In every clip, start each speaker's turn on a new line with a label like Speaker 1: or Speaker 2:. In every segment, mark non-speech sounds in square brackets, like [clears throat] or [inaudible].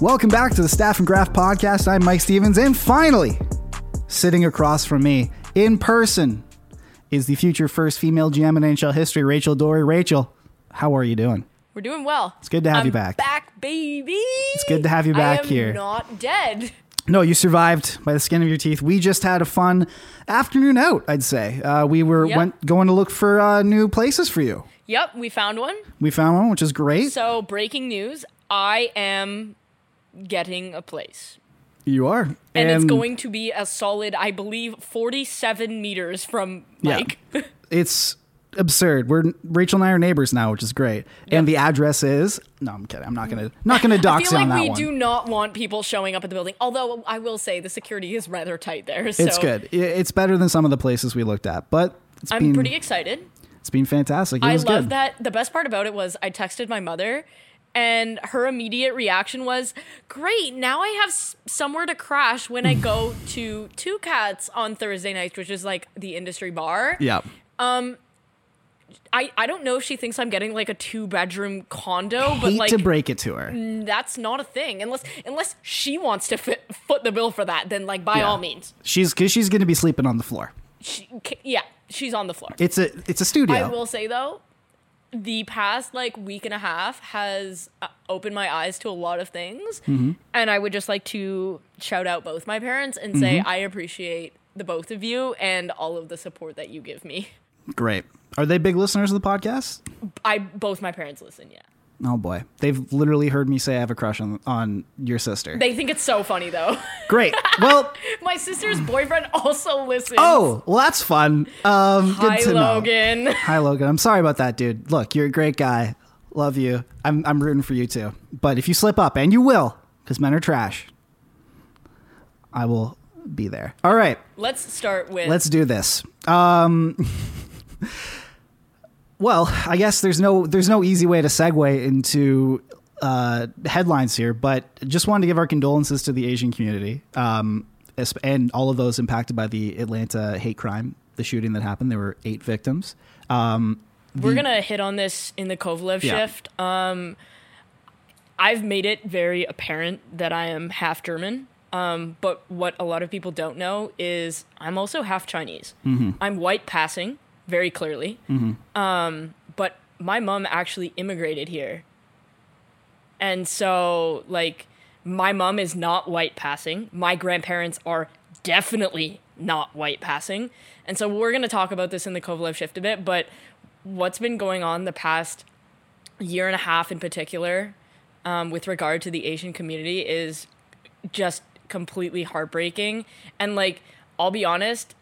Speaker 1: Welcome back to the Staff and Graph Podcast. I'm Mike Stevens, and finally, sitting across from me in person is the future first female GM in NHL history, Rachel Dory. Rachel, how are you doing?
Speaker 2: We're doing well. It's
Speaker 1: good to have
Speaker 2: I'm
Speaker 1: you back.
Speaker 2: Back, baby. It's
Speaker 1: good to have you back
Speaker 2: I am
Speaker 1: here.
Speaker 2: Not dead.
Speaker 1: No, you survived by the skin of your teeth. We just had a fun afternoon out, I'd say. Uh, we were
Speaker 2: Yep.
Speaker 1: went, going to look for uh, new places for you.
Speaker 2: Yep, we found one.
Speaker 1: We found one, which is great.
Speaker 2: So breaking news: I am getting a place,
Speaker 1: you are,
Speaker 2: and, it's going to be a solid, I believe, forty-seven meters from
Speaker 1: Yeah.
Speaker 2: Mike.
Speaker 1: it's absurd. We're Rachel and I are neighbors now, which is great. And the address is no, I'm kidding. I'm not gonna not gonna
Speaker 2: [laughs] I
Speaker 1: dox
Speaker 2: feel
Speaker 1: you on
Speaker 2: like
Speaker 1: that
Speaker 2: we
Speaker 1: one.
Speaker 2: do not want people showing up at the building. Although I will say the security is rather tight there. So
Speaker 1: it's good. I- It's better than some of the places we looked at, but it's
Speaker 2: I'm
Speaker 1: been
Speaker 2: pretty excited.
Speaker 1: it's been fantastic. It
Speaker 2: I
Speaker 1: was
Speaker 2: love
Speaker 1: good.
Speaker 2: that. The best part about it was I texted my mother, and her immediate reaction was, "Great! Now I have s- somewhere to crash when I
Speaker 1: [laughs]
Speaker 2: go to Two Cats on Thursday nights, which is like the industry bar."
Speaker 1: Yeah,
Speaker 2: I I don't know if she thinks I'm getting like a two bedroom condo, but
Speaker 1: hate
Speaker 2: like
Speaker 1: to break it to her.
Speaker 2: that's not a thing unless unless she wants to fit, foot the bill for that. Then like by
Speaker 1: Yeah.
Speaker 2: all means,
Speaker 1: She's because she's gonna be sleeping on the floor.
Speaker 2: she, ca- yeah, she's on the floor.
Speaker 1: It's a it's a studio.
Speaker 2: I will say though, the past like week and a half has uh, opened my eyes to a lot of things,
Speaker 1: Mm-hmm.
Speaker 2: and I would just like to shout out both my parents and say
Speaker 1: Mm-hmm.
Speaker 2: I appreciate the both of you and all of the support that you give me.
Speaker 1: Great. Are they big listeners of the podcast?
Speaker 2: I both my parents listen, yeah.
Speaker 1: Oh boy, they've literally heard me say I have a crush on on your sister.
Speaker 2: They think it's so funny though. [laughs]
Speaker 1: Great. Well,
Speaker 2: my sister's boyfriend also listens.
Speaker 1: oh, well that's fun. Um, good
Speaker 2: hi
Speaker 1: to know.
Speaker 2: Logan.
Speaker 1: Hi, Logan. I'm sorry about that, dude. Look, you're a great guy. Love you. I'm, I'm rooting for you too. But if you slip up, and you will, because men are trash, I will be there. All right,
Speaker 2: Let's start with
Speaker 1: let's do this. Um, [laughs] well, I guess there's no there's no easy way to segue into uh, headlines here, but just wanted to give our condolences to the Asian community um, es- and all of those impacted by the Atlanta hate crime, the shooting that happened. There were eight victims.
Speaker 2: We're gonna hit on this in the Kovalev
Speaker 1: Yeah.
Speaker 2: shift. Um, I've made it very apparent that I am half German. Um, but what a lot of people don't know is I'm also half Chinese. I'm white passing very clearly. Um, but my mom actually immigrated here, and so like my mom is not white passing. My grandparents are definitely not white passing, and so we're gonna talk about this in the Kovalev shift a bit, but what's been going on the past year and a half in particular um, with regard to the asian community is just completely heartbreaking and like i'll be honest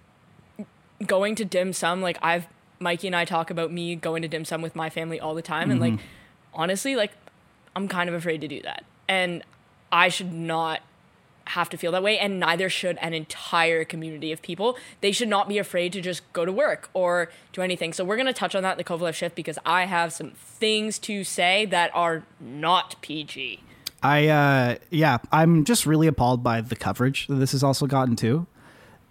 Speaker 2: going to dim sum like i've mikey and i talk about me going to dim sum with my family all the time and like honestly like i'm kind of afraid to do that and i should not have to feel that way and neither should an entire community of people they should not be afraid to just go to work or do anything so we're going to touch on that in the kovalev shift because i have some things to say that are not pg
Speaker 1: I uh yeah, I'm just really appalled by the coverage that this has also gotten too.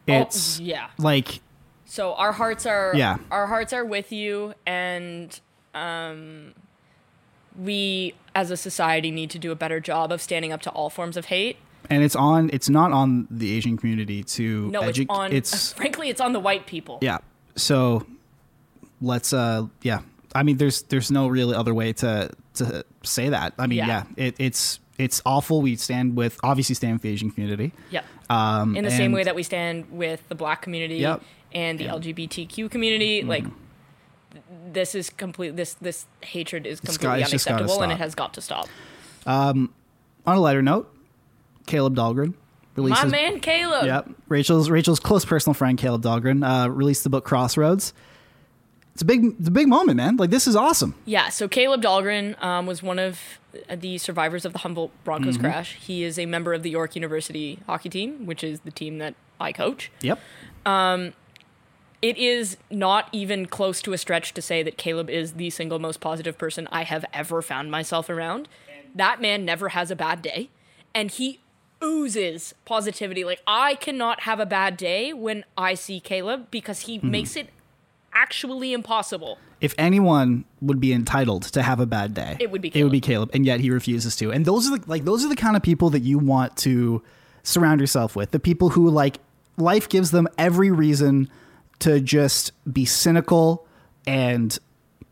Speaker 1: It's
Speaker 2: Oh, yeah
Speaker 1: like
Speaker 2: so our hearts are
Speaker 1: Yeah.
Speaker 2: our hearts are with you and um we as a society need to do a better job of standing up to all forms of hate
Speaker 1: and it's on it's not on the Asian community to
Speaker 2: no it's
Speaker 1: edu-
Speaker 2: on [laughs] frankly it's on the white people
Speaker 1: yeah. So let's uh yeah. I mean there's there's no really other way to to say that. I mean, yeah,
Speaker 2: Yeah.
Speaker 1: it, it's it's awful. We stand with obviously stand with the Asian community.
Speaker 2: Yep.
Speaker 1: Um,
Speaker 2: in the same
Speaker 1: and-
Speaker 2: way that we stand with the black community
Speaker 1: Yep. Mm-hmm.
Speaker 2: and the LGBTQ community, like th- this is complete this this hatred is
Speaker 1: This
Speaker 2: completely
Speaker 1: guy's just gotta
Speaker 2: unacceptable and it
Speaker 1: stop.
Speaker 2: has got to stop.
Speaker 1: On a lighter note, Caleb Dahlgren releases
Speaker 2: My man
Speaker 1: [laughs]
Speaker 2: Caleb.
Speaker 1: Yep. Rachel's Rachel's close personal friend Caleb Dahlgren uh, released the book Crossroads. It's a big, it's a big moment, man. Like this is awesome.
Speaker 2: Yeah, so Caleb Dahlgren um, was one of the survivors of the Humboldt Broncos
Speaker 1: Mm-hmm.
Speaker 2: crash. He is a member of the York University hockey team, which is the team that I coach.
Speaker 1: Yep.
Speaker 2: It is not even close to a stretch to say that Caleb is the single most positive person I have ever found myself around. That man never has a bad day, and he oozes positivity. Like, I cannot have a bad day when I see Caleb because he makes it actually impossible.
Speaker 1: If anyone would be entitled to have a bad day,
Speaker 2: It would be
Speaker 1: it would be Caleb,
Speaker 2: Caleb.
Speaker 1: and yet he refuses to. And those are the like those are the kind of people that you want to surround yourself with. The people who like life gives them every reason to just be cynical and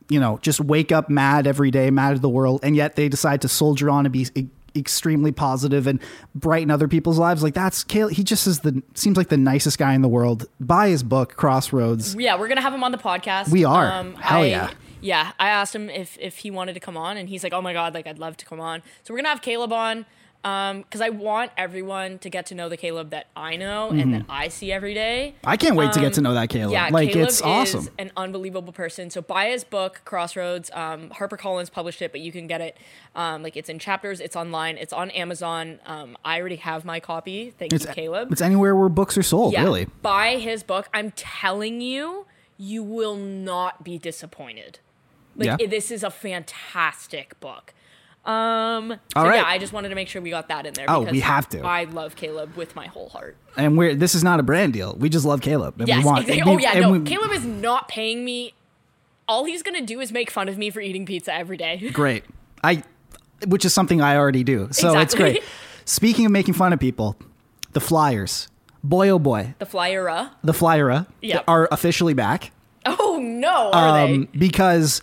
Speaker 1: you know just wake up mad every day, mad at the world, and yet they decide to soldier on and be e- extremely positive and brighten other people's lives. Like that's Caleb. He just is the seems like the nicest guy in the world. Buy his book, Crossroads.
Speaker 2: Yeah, we're gonna have him on the podcast. Um,
Speaker 1: We are. Hell
Speaker 2: I,
Speaker 1: yeah.
Speaker 2: Yeah, I asked him if if he wanted to come on, and he's like, "Oh my god, like I'd love to come on." So we're gonna have Caleb on, um, because I want everyone to get to know the Caleb that I know and that I see every day.
Speaker 1: Mm-hmm. I can't wait to get to know that Caleb.
Speaker 2: Um, Yeah,
Speaker 1: like
Speaker 2: Caleb
Speaker 1: it's awesome.
Speaker 2: is an unbelievable person. So buy his book, Crossroads. Um, HarperCollins published it, but you can get it. Um, like it's in chapters, it's online, it's on Amazon. Um, I already have my copy. Thank
Speaker 1: It's
Speaker 2: you, Caleb.
Speaker 1: It's anywhere where books are sold,
Speaker 2: Yeah,
Speaker 1: really.
Speaker 2: Buy his book. I'm telling you, you will not be disappointed. Like
Speaker 1: Yeah.
Speaker 2: it- this is a fantastic book. Um so
Speaker 1: All right.
Speaker 2: yeah, I just wanted to make sure we got that in there
Speaker 1: Oh,
Speaker 2: because
Speaker 1: we have to.
Speaker 2: I love Caleb with my whole heart.
Speaker 1: And we're this is not a brand deal. We just love Caleb. And
Speaker 2: Yes,
Speaker 1: we want
Speaker 2: exactly.
Speaker 1: and we-
Speaker 2: oh yeah,
Speaker 1: and
Speaker 2: no.
Speaker 1: we-
Speaker 2: Caleb is not paying me. All he's gonna do is make fun of me for eating pizza every day. [laughs]
Speaker 1: Great. I which is something I already do. So it's
Speaker 2: Exactly.
Speaker 1: great. Speaking of making fun of people, the Flyers. Boy oh boy.
Speaker 2: the flyer uh.
Speaker 1: The Flyer
Speaker 2: Yep.
Speaker 1: are officially back.
Speaker 2: Oh no, are
Speaker 1: um, because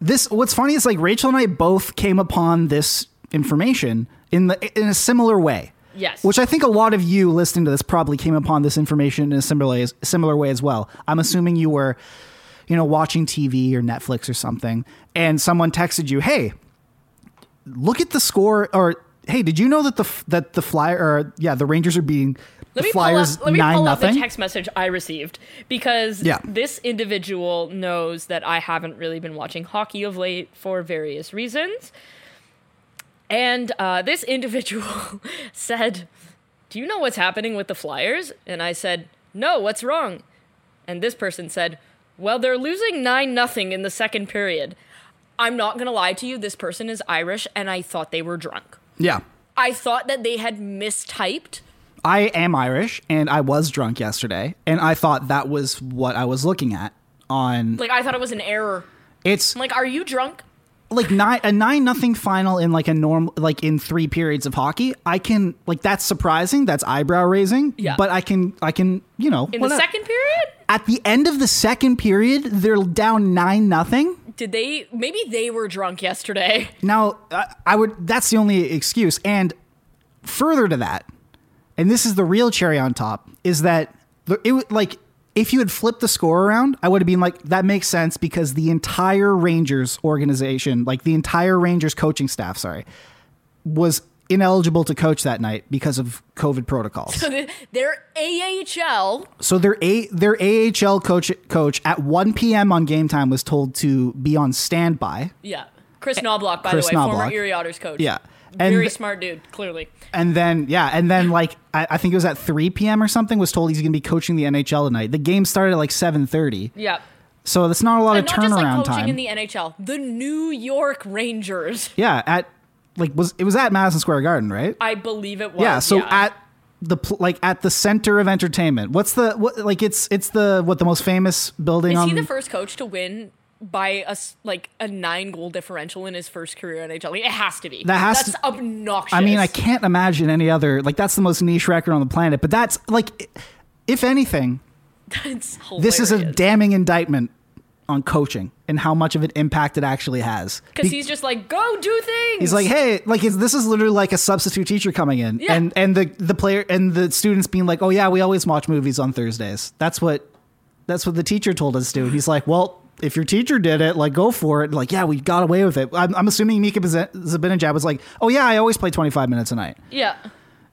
Speaker 1: this what's funny is like Rachel and I both came upon this information in the in a similar way.
Speaker 2: Yes.
Speaker 1: Which I think a lot of you listening to this probably came upon this information in a similar similar way as well. I'm assuming you were you know watching TV or Netflix or something and someone texted you, "Hey, look at the score or hey, did you know that the f- that the flyer or yeah, the Rangers are beating the
Speaker 2: Let me
Speaker 1: Flyers
Speaker 2: pull up, let me
Speaker 1: 9
Speaker 2: pull up
Speaker 1: nothing?"
Speaker 2: the text message I received because
Speaker 1: Yeah.
Speaker 2: this individual knows that I haven't really been watching hockey of late for various reasons. And uh, this [laughs] individual said, Do you know what's happening with the Flyers? And I said, No, what's wrong? And this person said, Well, they're losing 9 nothing in the second period. I'm not going to lie to you, this person is Irish, and I thought they were drunk.
Speaker 1: yeah.
Speaker 2: I thought that they had mistyped
Speaker 1: I am Irish and I was drunk yesterday and I thought that was what I was looking at on
Speaker 2: Like I thought it was an error.
Speaker 1: it's
Speaker 2: I'm like, are you drunk?
Speaker 1: like nine a nine nothing final in like a normal like in three periods of hockey. I can like that's surprising, that's eyebrow raising.
Speaker 2: Yeah.
Speaker 1: But I can I can you know
Speaker 2: In the
Speaker 1: whatever.
Speaker 2: second period?
Speaker 1: at the end of the second period they're down nine nothing.
Speaker 2: Did they maybe they were drunk yesterday? [laughs]
Speaker 1: Now, I, I would. That's the only excuse. And further to that, and this is the real cherry on top, is that the, it would like if you had flipped the score around, I would have been like, that makes sense because the entire Rangers organization, like the entire Rangers coaching staff, sorry, was ineligible to coach that night because of COVID protocols.
Speaker 2: [laughs] They're AHL.
Speaker 1: So their a their AHL coach coach at 1 p.m. on game time was told to be on standby.
Speaker 2: Yeah. Chris Knobloch, by
Speaker 1: Chris
Speaker 2: the way,
Speaker 1: Knobloch.
Speaker 2: former Erie Otters coach.
Speaker 1: Yeah.
Speaker 2: Very
Speaker 1: th-
Speaker 2: smart dude, clearly.
Speaker 1: And then yeah, and then like I, I think it was at 3 p.m. or something was told he's going to be coaching the NHL tonight. The game started at like 7:30,
Speaker 2: Yeah.
Speaker 1: so that's not a lot
Speaker 2: And
Speaker 1: of
Speaker 2: not just like
Speaker 1: turnaround
Speaker 2: coaching
Speaker 1: time.
Speaker 2: in the NHL. The New York Rangers. [laughs]
Speaker 1: yeah, at like was it was at Madison Square Garden, right?
Speaker 2: I believe it was.
Speaker 1: yeah, so at the pl- like at the center of entertainment. What's the what like it's it's the what the most famous building
Speaker 2: Is
Speaker 1: on
Speaker 2: he the first coach to win by a s- like a nine goal differential in his first career NHL? Like, it has to be.
Speaker 1: That has
Speaker 2: That's
Speaker 1: to-
Speaker 2: obnoxious.
Speaker 1: I
Speaker 2: [laughs]
Speaker 1: mean, I can't imagine any other like that's the most niche record on the planet, but that's like if anything,
Speaker 2: It's
Speaker 1: this is a
Speaker 2: hilarious.
Speaker 1: damning indictment on coaching and how much of an impact it actually has.
Speaker 2: Because
Speaker 1: Be-
Speaker 2: he's just like, go do things.
Speaker 1: He's like, hey, like it's, this is literally like a substitute teacher coming in,
Speaker 2: Yeah.
Speaker 1: and and the the player and the students being like, oh yeah, we always watch movies on Thursdays. That's what that's what the teacher told us to. do. And he's like, well, if your teacher did it, like go for it. Like yeah, we got away with it. I'm, I'm assuming Mika Baze- Zibanejad was like, oh yeah, I always play 25 minutes a night.
Speaker 2: yeah.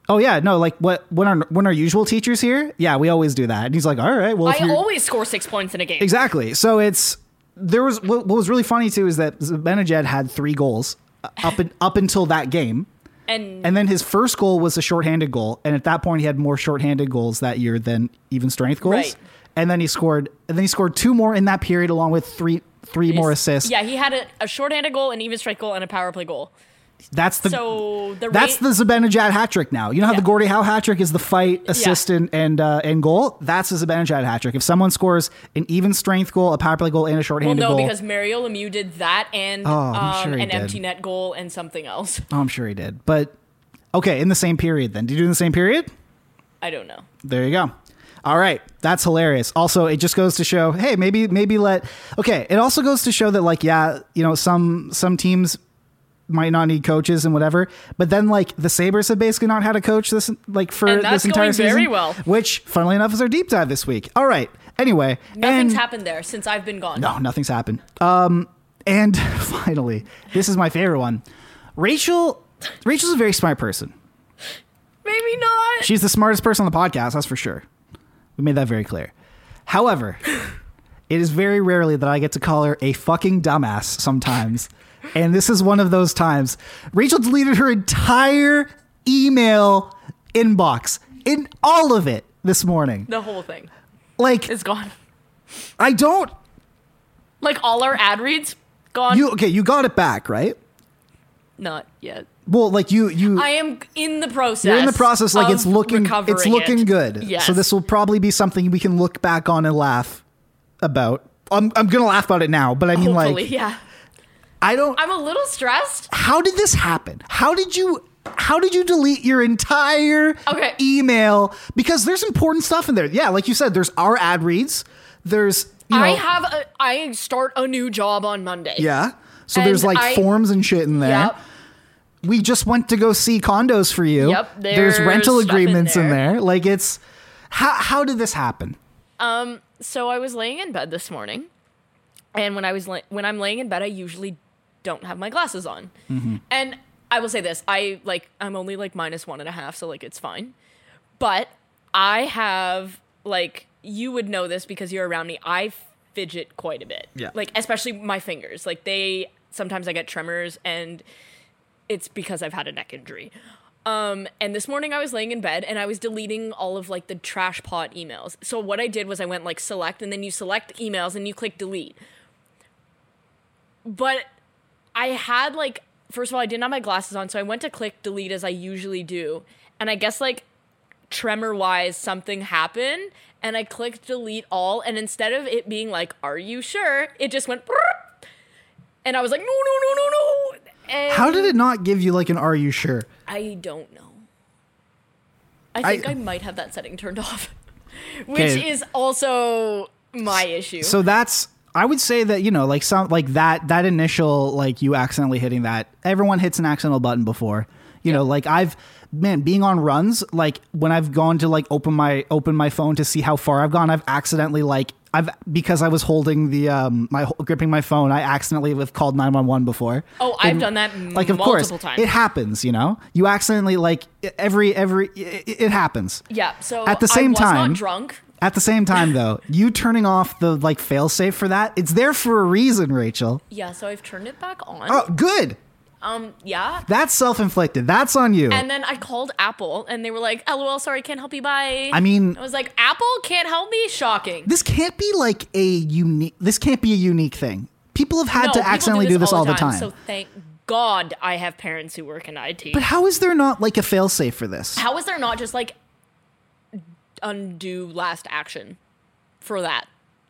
Speaker 1: Oh yeah, no, like what when our when our usual teachers here, yeah, we always do that. And he's like, all right, well, if
Speaker 2: I
Speaker 1: you're-
Speaker 2: always score six points in a game.
Speaker 1: exactly. So it's there was what, what was really funny too is that Zibanejad had three goals uh, up in, up until that game,
Speaker 2: And,
Speaker 1: and then his first goal was a shorthanded goal, and at that point he had more shorthanded goals that year than even strength goals.
Speaker 2: Right.
Speaker 1: And then he scored, and then he scored two more in that period, along with three three more assists.
Speaker 2: yeah, he had a, a shorthanded goal, an even strike goal, and a power play goal.
Speaker 1: that's the
Speaker 2: So the
Speaker 1: that's the
Speaker 2: rate-
Speaker 1: Zibanejad hat trick now. You know how the
Speaker 2: Yeah.
Speaker 1: Gordie Howe hat trick is the fight, assist, and and, uh, and goal. That's the Zibanejad hat trick. If someone scores an even strength goal, a power play goal, and a
Speaker 2: Well,
Speaker 1: shorthanded
Speaker 2: no,
Speaker 1: goal, Oh,
Speaker 2: because Mario Lemieux did that and
Speaker 1: I'm
Speaker 2: um,
Speaker 1: sure he
Speaker 2: an
Speaker 1: did.
Speaker 2: empty net goal and something else. [laughs]
Speaker 1: Oh, I'm sure he did. But okay, in the same period then. Did you do it in the same period?
Speaker 2: I don't know.
Speaker 1: There you go. All right. That's hilarious. Also, it just goes to show, hey, maybe maybe let Okay, it also goes to show that like yeah, you know, some some teams might not need coaches and whatever, but then like the Sabres have basically not had a coach this like for
Speaker 2: And that's
Speaker 1: this entire
Speaker 2: going
Speaker 1: season.
Speaker 2: very well.
Speaker 1: Which, funnily enough, is our deep dive this week. All right. Anyway,
Speaker 2: Nothing's
Speaker 1: and-
Speaker 2: happened there since I've been gone.
Speaker 1: No, nothing's happened. Um, and [laughs] finally, this is my favorite one. Rachel, Rachel's a very smart person.
Speaker 2: Maybe not.
Speaker 1: She's the smartest person on the podcast, that's for sure. We made that very clear. However, it is very rarely that I get to call her a fucking dumbass sometimes. and this is one of those times. Rachel deleted her entire email inbox, in all of it this morning.
Speaker 2: the whole thing
Speaker 1: Like,
Speaker 2: is gone. [laughs]
Speaker 1: I don't.
Speaker 2: Like all our ad reads, gone.
Speaker 1: You, okay, you got it back, right?
Speaker 2: not yet.
Speaker 1: Well, like you, you.
Speaker 2: I am in the process.
Speaker 1: You're in the process, like
Speaker 2: of
Speaker 1: it's looking, it's
Speaker 2: recovering
Speaker 1: looking
Speaker 2: it.
Speaker 1: good.
Speaker 2: Yes.
Speaker 1: So this will probably be something we can look back on and laugh about. I'm, I'm gonna laugh about it now, but I mean,
Speaker 2: hopefully, [laughs]
Speaker 1: like,
Speaker 2: yeah.
Speaker 1: I don't.
Speaker 2: I'm a little stressed.
Speaker 1: how did this happen? How did you? How did you delete your entire
Speaker 2: Okay.
Speaker 1: email? Because there's important stuff in there. Yeah, like you said, there's our ad reads. There's you know,
Speaker 2: I have a, I start a new job on Monday.
Speaker 1: yeah. So
Speaker 2: and
Speaker 1: there's like
Speaker 2: I-
Speaker 1: forms and shit in there.
Speaker 2: Yep.
Speaker 1: we just went to go see condos for you.
Speaker 2: Yep,
Speaker 1: there's,
Speaker 2: there's
Speaker 1: rental
Speaker 2: stuff in
Speaker 1: agreements in there.
Speaker 2: there.
Speaker 1: Like it's how how did this happen?
Speaker 2: So I was laying in bed this morning, and when I was la- when I'm laying in bed, I usually don't have my glasses on.
Speaker 1: Mm-hmm.
Speaker 2: And I will say this: I like I'm only like minus one and a half, so like it's fine. But I have like you would know this because you're around me. I fidget quite a bit.
Speaker 1: Yeah.
Speaker 2: Like especially my fingers. Like they sometimes I get tremors, and it's because I've had a neck injury. Um, and this morning I was laying in bed and I was deleting all of like the trash pot emails. So what I did was I went like select and then you select emails and you click delete. But I had like first of all I didn't have my glasses on, so I went to click delete as I usually do. And I guess like tremor wise something happened and I clicked delete all and instead of it being like are you sure? It just went "Brrr." and I was like no no no no no. And
Speaker 1: How did it not give you like an are you sure?
Speaker 2: I don't know. I think
Speaker 1: I-
Speaker 2: I, might have that setting turned off, [laughs] which
Speaker 1: 'Kay.
Speaker 2: is also my issue.
Speaker 1: So that's I would say that, you know, like some like that that initial like you accidentally hitting that. Everyone hits an accidental button before. You know, like I've man, being on runs, like when I've gone to like open my open my phone to see how far I've gone, I've accidentally like I've because I was holding the um my gripping my phone, I accidentally have called 911 before.
Speaker 2: oh, I've done that
Speaker 1: like of
Speaker 2: multiple
Speaker 1: course
Speaker 2: times.
Speaker 1: it happens you know you accidentally like every every it, it happens
Speaker 2: yeah. So
Speaker 1: at the
Speaker 2: I
Speaker 1: same
Speaker 2: was
Speaker 1: time-
Speaker 2: not drunk.
Speaker 1: at the same time though you turning off the like failsafe for that it's there for a reason rachel
Speaker 2: Yeah. So I've turned it back on.
Speaker 1: oh good Oh.
Speaker 2: Um. Yeah.
Speaker 1: that's self-inflicted that's on you
Speaker 2: And then I called Apple, and they were like, "LOL, sorry, can't help you." Bye.
Speaker 1: I mean-
Speaker 2: I was like, "Apple can't help me." Shocking.
Speaker 1: this can't be like a unique this can't be a unique thing people have had
Speaker 2: No,
Speaker 1: to
Speaker 2: people
Speaker 1: accidentally do this all the time,
Speaker 2: So thank God I have parents who work in IT.
Speaker 1: but how is there not like a failsafe for this
Speaker 2: How is there not just like undo last action for that?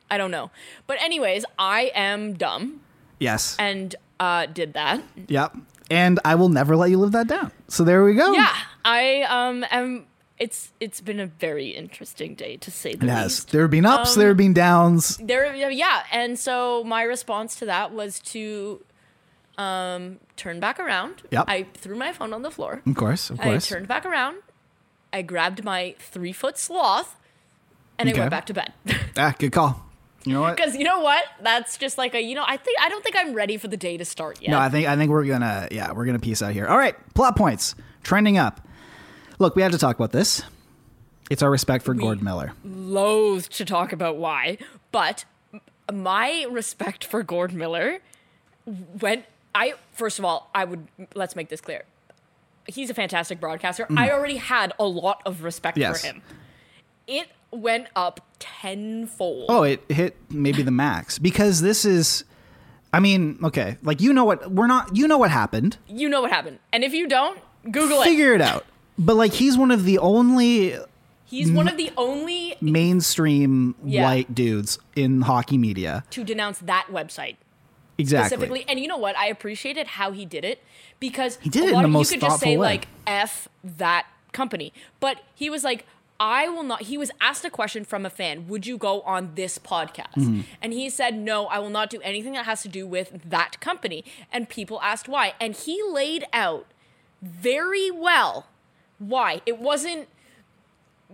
Speaker 2: I don't know. But anyways, I am dumb
Speaker 1: yes
Speaker 2: and uh did that.
Speaker 1: yep and i will never let you live that down so there we go
Speaker 2: Yeah, I um am it's it's been a very interesting day to say the
Speaker 1: yes
Speaker 2: least.
Speaker 1: there have been ups
Speaker 2: Um,
Speaker 1: there have been downs
Speaker 2: There yeah, and so my response to that was to um turn back around.
Speaker 1: Yep.
Speaker 2: I threw my phone on the floor.
Speaker 1: of course of
Speaker 2: I
Speaker 1: course
Speaker 2: turned back around. I grabbed my 3-foot sloth and I
Speaker 1: Okay.
Speaker 2: went back to bed. [laughs]
Speaker 1: Ah, good call. You know what?
Speaker 2: Because you know what? That's just like a you know. I think I don't think I'm ready for the day to start yet.
Speaker 1: No, I think I think we're gonna yeah we're gonna peace out here. All right, plot points trending up. Look, we have to talk about this. It's our respect for Gord Miller.
Speaker 2: Loath to talk about why, but my respect for Gord Miller went. I first of all, I would let's make this clear. He's a fantastic broadcaster. I already had a lot of respect
Speaker 1: Mm. Yes.
Speaker 2: for him. It went up tenfold.
Speaker 1: Oh, it hit maybe the max because this is. I mean, okay, like you know what we're not. You know what happened.
Speaker 2: You know what happened, and if you don't, Google it.
Speaker 1: Figure it out. But like he's one of the only
Speaker 2: He's
Speaker 1: Mm.
Speaker 2: one of the only
Speaker 1: mainstream
Speaker 2: Yeah.
Speaker 1: white dudes in hockey media.
Speaker 2: to denounce that website.
Speaker 1: Exactly.
Speaker 2: specifically. And you know what? I appreciated how he did it because he
Speaker 1: did it in the most
Speaker 2: you could just say
Speaker 1: thoughtful way.
Speaker 2: like "f that company," but he was like. I will not. He was asked a question from a fan. Would you go on this podcast?
Speaker 1: Mm-hmm.
Speaker 2: And he said, No, I will not do anything that has to do with that company. And people asked why. And he laid out very well why. It wasn't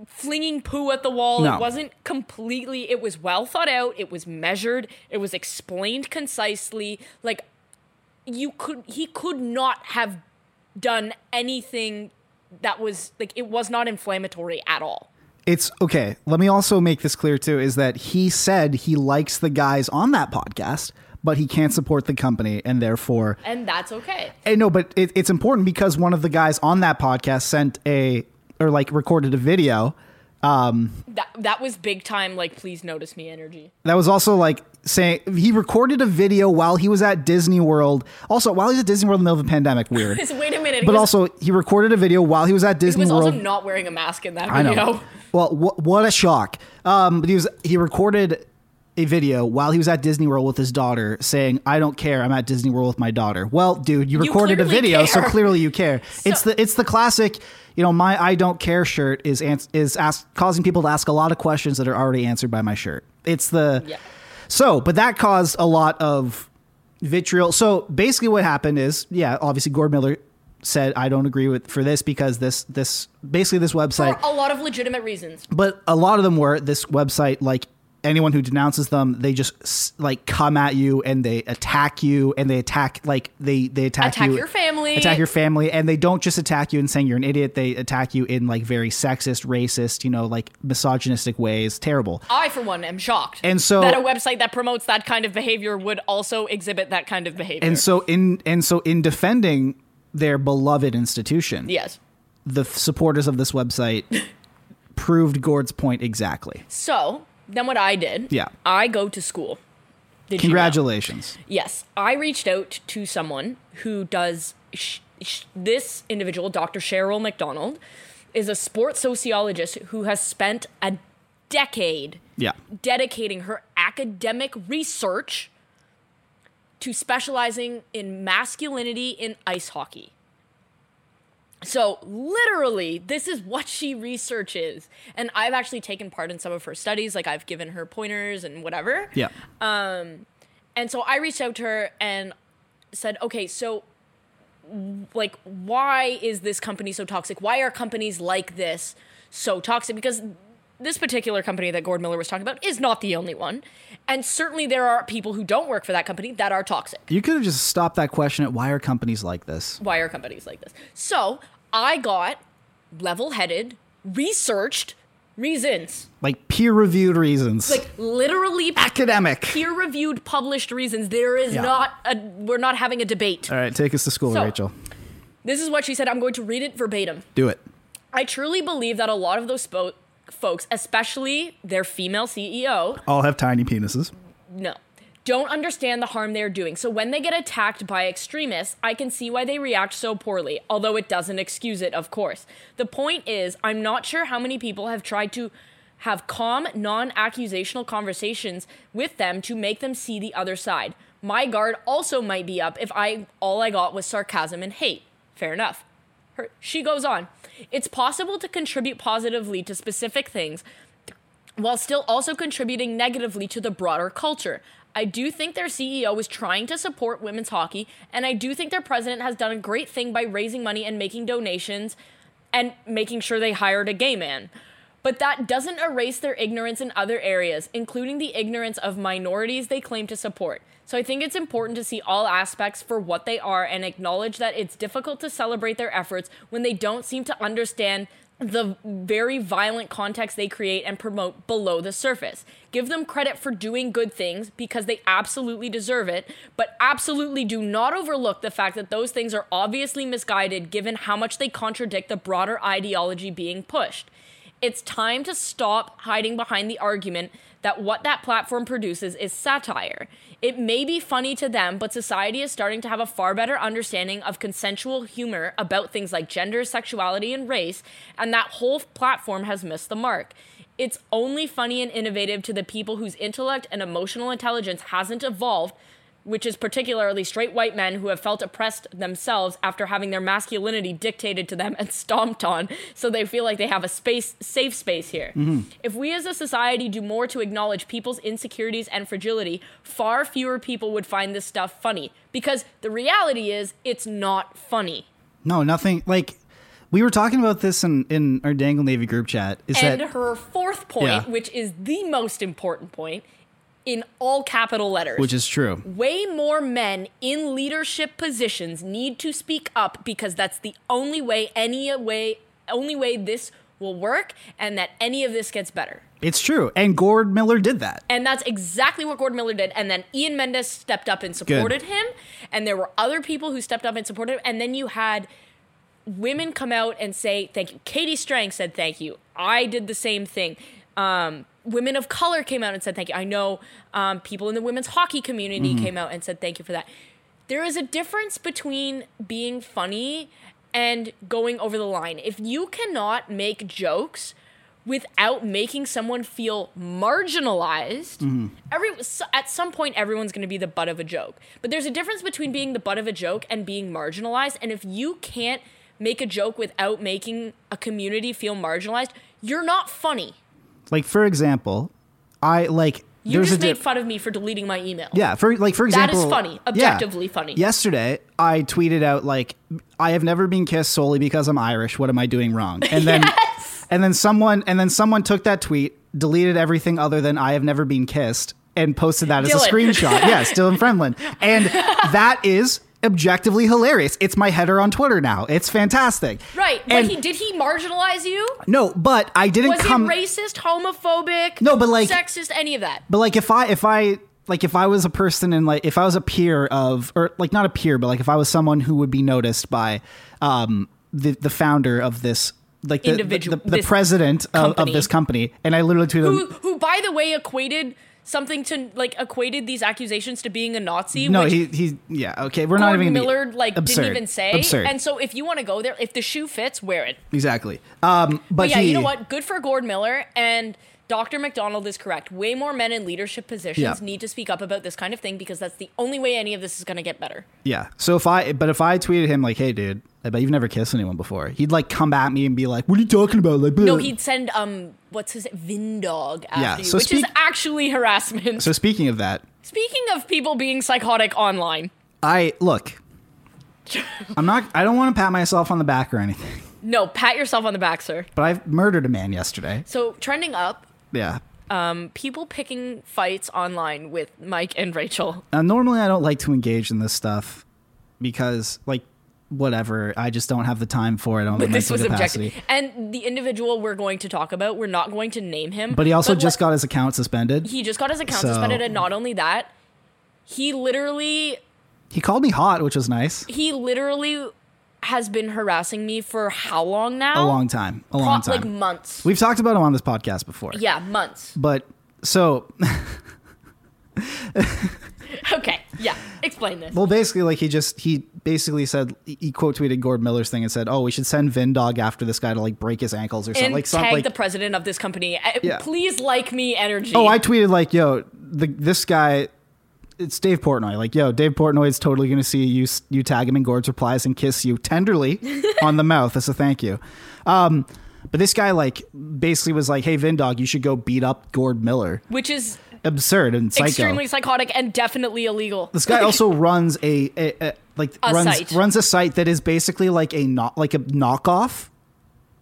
Speaker 2: flinging poo at the wall.
Speaker 1: No.
Speaker 2: It wasn't completely. It was well thought out. It was measured. It was explained concisely. Like you could, he could not have done anything that was like it was not inflammatory at all.
Speaker 1: It's okay. Let me also make this clear too is that he said he likes the guys on that podcast, but he can't support the company and therefore
Speaker 2: And that's okay.
Speaker 1: and no, but it, it's important because one of the guys on that podcast sent a or like recorded a video
Speaker 2: That that was big time. Like please notice me energy.
Speaker 1: that was also like saying he recorded a video while he was at Disney World. Also, while he was at Disney World in the middle of a pandemic, weird.
Speaker 2: It's- Wait a minute. [laughs] He
Speaker 1: but
Speaker 2: was,
Speaker 1: also, he recorded a video while he was at
Speaker 2: he
Speaker 1: Disney
Speaker 2: was
Speaker 1: World.
Speaker 2: also not wearing a mask in that
Speaker 1: I
Speaker 2: video.
Speaker 1: know. Well, wh- what a shock. Um, but he was he recorded a video while he was at Disney World with his daughter, saying, "I don't care. I'm at Disney World with my daughter." Well, dude, you recorded a
Speaker 2: clearly
Speaker 1: video, so
Speaker 2: care.
Speaker 1: clearly you
Speaker 2: [laughs]
Speaker 1: care. it's
Speaker 2: So-
Speaker 1: the it's the classic. You know, my "I don't care" shirt is ans- is ask- causing people to ask a lot of questions that are already answered by my shirt. It's the
Speaker 2: Yeah.
Speaker 1: so, but that caused a lot of vitriol. So basically, what happened is, yeah, obviously, Gord Miller said, "I don't agree with for this because this this basically this website."
Speaker 2: For a lot of legitimate reasons.
Speaker 1: but a lot of them were this website like anyone who denounces them they just s- like come at you and they attack you and they attack like they they attack,
Speaker 2: Attack
Speaker 1: you,
Speaker 2: your family.
Speaker 1: attack your family and they don't just attack you and saying you're an idiot they attack you in like very sexist racist you know like misogynistic ways terrible
Speaker 2: I, for one, am shocked.
Speaker 1: And so-
Speaker 2: that a website that promotes that kind of behavior would also exhibit that kind of behavior.
Speaker 1: and so in and so in defending their beloved institution
Speaker 2: yes.
Speaker 1: the f- supporters of this
Speaker 2: [laughs]
Speaker 1: website proved gord's point exactly
Speaker 2: So then, what I did?
Speaker 1: Yeah.
Speaker 2: I go to school. Did you know?
Speaker 1: congratulations
Speaker 2: Yes, I reached out to someone who does sh- sh- this individual, Dr. Cheryl McDonald, is a sports sociologist who has spent a decade
Speaker 1: yeah
Speaker 2: dedicating her academic research to specializing in masculinity in ice hockey. So, literally, this is what she researches. And I've actually taken part in some of her studies. Like, I've given her pointers and whatever.
Speaker 1: yeah
Speaker 2: And so I reached out to her and said, okay, so w- like, why is this company so toxic? Why are companies like this so toxic? Because this particular company that Gord Miller was talking about is not the only one. And certainly there are people who don't work for that company that are toxic.
Speaker 1: You could have just stopped that question at why are companies like this?
Speaker 2: Why are companies like this? So I got level headed, researched reasons,
Speaker 1: Like peer reviewed reasons.
Speaker 2: like literally
Speaker 1: academic.
Speaker 2: peer reviewed, published reasons. There is
Speaker 1: Yeah.
Speaker 2: not a, we're not having a debate.
Speaker 1: All right, take us to school,
Speaker 2: So-
Speaker 1: Rachel.
Speaker 2: This is what she said. I'm going to read it verbatim.
Speaker 1: Do it.
Speaker 2: I truly believe that a lot of those spo- folks, especially their female E CEO,
Speaker 1: All have tiny penises.
Speaker 2: no, don't understand the harm they are doing. So when they get attacked by extremists, I can see why they react so poorly, although it doesn't excuse it, of course. The point is, I'm not sure how many people have tried to have calm, non accusational conversations with them to make them see the other side. My guard also might be up if I all I got was sarcasm and hate. Fair enough. Her, she goes on. It's possible to contribute positively to specific things while still also contributing negatively to the broader culture. I do think their CEO was trying to support women's hockey, and I do think their president has done a great thing by raising money and making donations and making sure they hired a gay man. But that doesn't erase their ignorance in other areas, including the ignorance of minorities they claim to support. So I think it's important to see all aspects for what they are and acknowledge that it's difficult to celebrate their efforts when they don't seem to understand the very violent context they create and promote below the surface. Give them credit for doing good things because they absolutely deserve it, but absolutely do not overlook the fact that those things are obviously misguided given how much they contradict the broader ideology being pushed. It's time to stop hiding behind the argument that what that platform produces is satire. It may be funny to them, but society is starting to have a far better understanding of consensual humor about things like gender, sexuality, and race, and that whole platform has missed the mark. It's only funny and innovative to the people whose intellect and emotional intelligence hasn't evolved, which is particularly straight white men who have felt oppressed themselves after having their masculinity dictated to them and stomped on, so they feel like they have a space, safe space here.
Speaker 1: Mm-hmm.
Speaker 2: If we as a society do more to acknowledge people's insecurities and fragility, far fewer people would find this stuff funny because the reality is it's not funny.
Speaker 1: No, nothing. Like we were talking about this in in our Dangle Navy group chat. Is
Speaker 2: and
Speaker 1: that
Speaker 2: her fourth point,
Speaker 1: Yeah.
Speaker 2: which is the most important point, in all capital letters,
Speaker 1: which is true?
Speaker 2: Way more men in leadership positions need to speak up because that's the only way any way only way this will work and that any of this gets better.
Speaker 1: It's true. And Gord Miller did that.
Speaker 2: And that's exactly what Gordon Miller did. And then Ian Mendes stepped up and supported him. And there were other people who stepped up and supported him. And then you had women come out and say thank you. Katie Strang said thank you. I did the same thing. Um, women of color came out and said thank you. I know um, people in the women's hockey community came out and said thank you for that. There is a difference between being funny and going over the line. If you cannot make jokes without making someone feel marginalized,
Speaker 1: Mm-hmm.
Speaker 2: every so- at some point everyone's going to be the butt of a joke. But there's a difference between being the butt of a joke and being marginalized. And if you can't make a joke without making a community feel marginalized, you're not funny.
Speaker 1: Like for example, I like
Speaker 2: You
Speaker 1: there's
Speaker 2: just
Speaker 1: a
Speaker 2: made
Speaker 1: di-
Speaker 2: fun of me for deleting my email.
Speaker 1: Yeah, for like for
Speaker 2: That is
Speaker 1: example,
Speaker 2: funny,
Speaker 1: yeah.
Speaker 2: objectively funny.
Speaker 1: Yesterday, I tweeted out like, "I have never been kissed solely because I'm Irish. What am I doing wrong?" And
Speaker 2: [laughs]
Speaker 1: then, and then someone, and then someone took that tweet, deleted everything other than "I have never been kissed," and posted that as a
Speaker 2: Dylan. [laughs]
Speaker 1: screenshot. yes, Dylan Fremlin, and that is objectively hilarious. It's my header on Twitter now. It's fantastic.
Speaker 2: Right. But
Speaker 1: And
Speaker 2: he did he marginalize you?
Speaker 1: no, but I didn't
Speaker 2: Was
Speaker 1: come.
Speaker 2: he racist, homophobic?
Speaker 1: No, but, like-
Speaker 2: sexist, any of that.
Speaker 1: But like if I if I like if I was a person in like if I was a peer of or like not a peer but like if I was someone who would be noticed by um the the founder of this like the
Speaker 2: Individual-
Speaker 1: the, the, the
Speaker 2: this
Speaker 1: president of, of
Speaker 2: company.
Speaker 1: this company and I literally tweeted
Speaker 2: who, who by the way equated something to like equated these accusations to being a Nazi.
Speaker 1: no
Speaker 2: which
Speaker 1: he he yeah okay we're not
Speaker 2: Gordon
Speaker 1: even gonna be-
Speaker 2: Miller like
Speaker 1: absurd,
Speaker 2: didn't even say.
Speaker 1: absurd
Speaker 2: And so if you want to go there, if the shoe fits, wear it.
Speaker 1: exactly um but,
Speaker 2: But yeah,
Speaker 1: he,
Speaker 2: you know what? Good for Gord Miller and Dr. McDonald is correct. Way more men in leadership positions
Speaker 1: Yeah.
Speaker 2: need to speak up about this kind of thing because that's the only way any of this is going to get better.
Speaker 1: yeah so if I but if I tweeted him like hey dude I bet you've never kissed anyone before he'd like come at me and be like what are you talking about like
Speaker 2: No,
Speaker 1: bleh."
Speaker 2: he'd send um, what's his Vindog after
Speaker 1: Yeah,
Speaker 2: you,
Speaker 1: so
Speaker 2: which is
Speaker 1: speak-
Speaker 2: actually harassment.
Speaker 1: so speaking of that
Speaker 2: Speaking of people being psychotic online,
Speaker 1: I look. I'm not. I don't want to pat myself on the back or anything,
Speaker 2: no, pat yourself on the back, sir.
Speaker 1: but I murdered a man yesterday.
Speaker 2: So trending up, um,
Speaker 1: Yeah.
Speaker 2: people picking fights online with Mike and Rachel.
Speaker 1: Now, normally I don't like to engage in this stuff because, like, whatever. I just don't have the time for it. I don't have the
Speaker 2: But [laughs] this
Speaker 1: mental
Speaker 2: was
Speaker 1: capacity.
Speaker 2: objective. And the individual we're going to talk about, we're not going to name him.
Speaker 1: But he also just
Speaker 2: like,
Speaker 1: got his account suspended. He,
Speaker 2: he just got his account
Speaker 1: So-
Speaker 2: suspended, and not only that, he literally
Speaker 1: called me hot, which was nice.
Speaker 2: he literally has been harassing me for how long now?
Speaker 1: A long time. A
Speaker 2: Pro-
Speaker 1: long
Speaker 2: Like
Speaker 1: time.
Speaker 2: months.
Speaker 1: We've talked about him on this podcast before.
Speaker 2: yeah, months. [laughs]
Speaker 1: But so [laughs]
Speaker 2: Okay. Yeah. Explain this.
Speaker 1: Well, basically, like he just he basically said he quote tweeted Gord Miller's thing and said, "Oh, we should send Vindog after this guy to like break his ankles or something."
Speaker 2: and
Speaker 1: like some-
Speaker 2: tag
Speaker 1: like-
Speaker 2: the president of this company. Uh,
Speaker 1: Yeah.
Speaker 2: Please like me energy.
Speaker 1: Oh, I tweeted like, "Yo, the, this guy." It's Dave Portnoy. Like, yo, Dave Portnoy is totally going to see you. s- You tag him in Gord's replies and kiss you
Speaker 2: [laughs]
Speaker 1: tenderly on the mouth as a thank you. Um, but this guy, like, basically was like, "Hey, Vindog, you should go beat up Gord Miller."
Speaker 2: which is
Speaker 1: Absurd and psycho.
Speaker 2: extremely psychotic and definitely illegal.
Speaker 1: This guy
Speaker 2: [laughs]
Speaker 1: also runs a, a, a like
Speaker 2: A
Speaker 1: runs
Speaker 2: site.
Speaker 1: runs a site that is basically like a not like a knockoff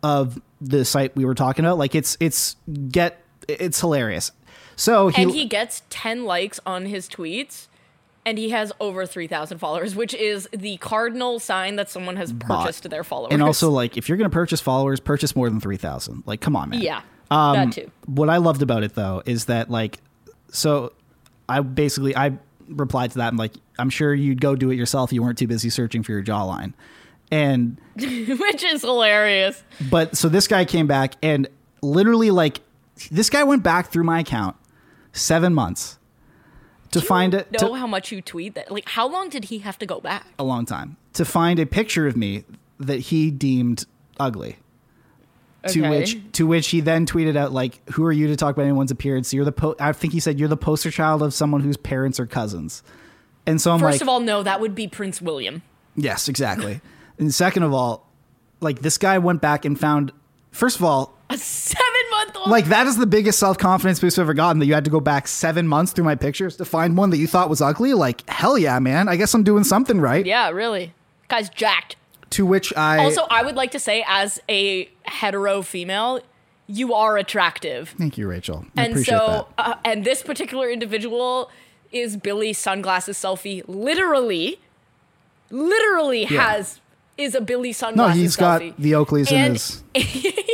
Speaker 1: of the site we were talking about. Like it's it's get it's hilarious. So he,
Speaker 2: and he gets 10 likes on his tweets and he has over 3,000 followers, which is the cardinal sign that someone has purchased their followers.
Speaker 1: And
Speaker 2: [laughs]
Speaker 1: also, like, if you're going to purchase followers, purchase more than 3,000. Like, come on, man.
Speaker 2: yeah,
Speaker 1: Um,
Speaker 2: that too. [laughs]
Speaker 1: What I loved about it though is that like, so I basically I replied to that and like I'm sure you'd go do it yourself. You weren't too busy searching for your jawline, and
Speaker 2: which is hilarious.
Speaker 1: but so this guy came back and literally like this guy went back through my account seven months to find it
Speaker 2: Know
Speaker 1: to-
Speaker 2: how much you tweet that? Like, how long did he have to go back?
Speaker 1: a long time to find a picture of me that he deemed ugly. To
Speaker 2: Okay.
Speaker 1: which to which he then tweeted out like, "Who are you to talk about anyone's appearance? You're the po- I think he said you're the poster child of someone whose parents are cousins." And so I'm
Speaker 2: First
Speaker 1: like,
Speaker 2: of all, no, that would be Prince William.
Speaker 1: [laughs] "Yes, exactly." and second of all, like this guy went back and found. First of all,
Speaker 2: A [laughs] seven month old.
Speaker 1: like that is the biggest self confidence boost I've ever gotten. That you had to go back seven months through my pictures to find one that you thought was ugly. Like hell yeah, man! I guess I'm doing something right.
Speaker 2: yeah, really. Guy's jacked.
Speaker 1: To which I
Speaker 2: Also, I would like to say, as a hetero female, you are attractive.
Speaker 1: thank you, Rachel. I
Speaker 2: and
Speaker 1: appreciate that.
Speaker 2: so, uh, and this particular individual is Billy's sunglasses selfie. Literally, literally has is a Billy
Speaker 1: No,
Speaker 2: sunglasses.
Speaker 1: he's got
Speaker 2: selfie.
Speaker 1: the Oakleys in
Speaker 2: And- [laughs]
Speaker 1: his.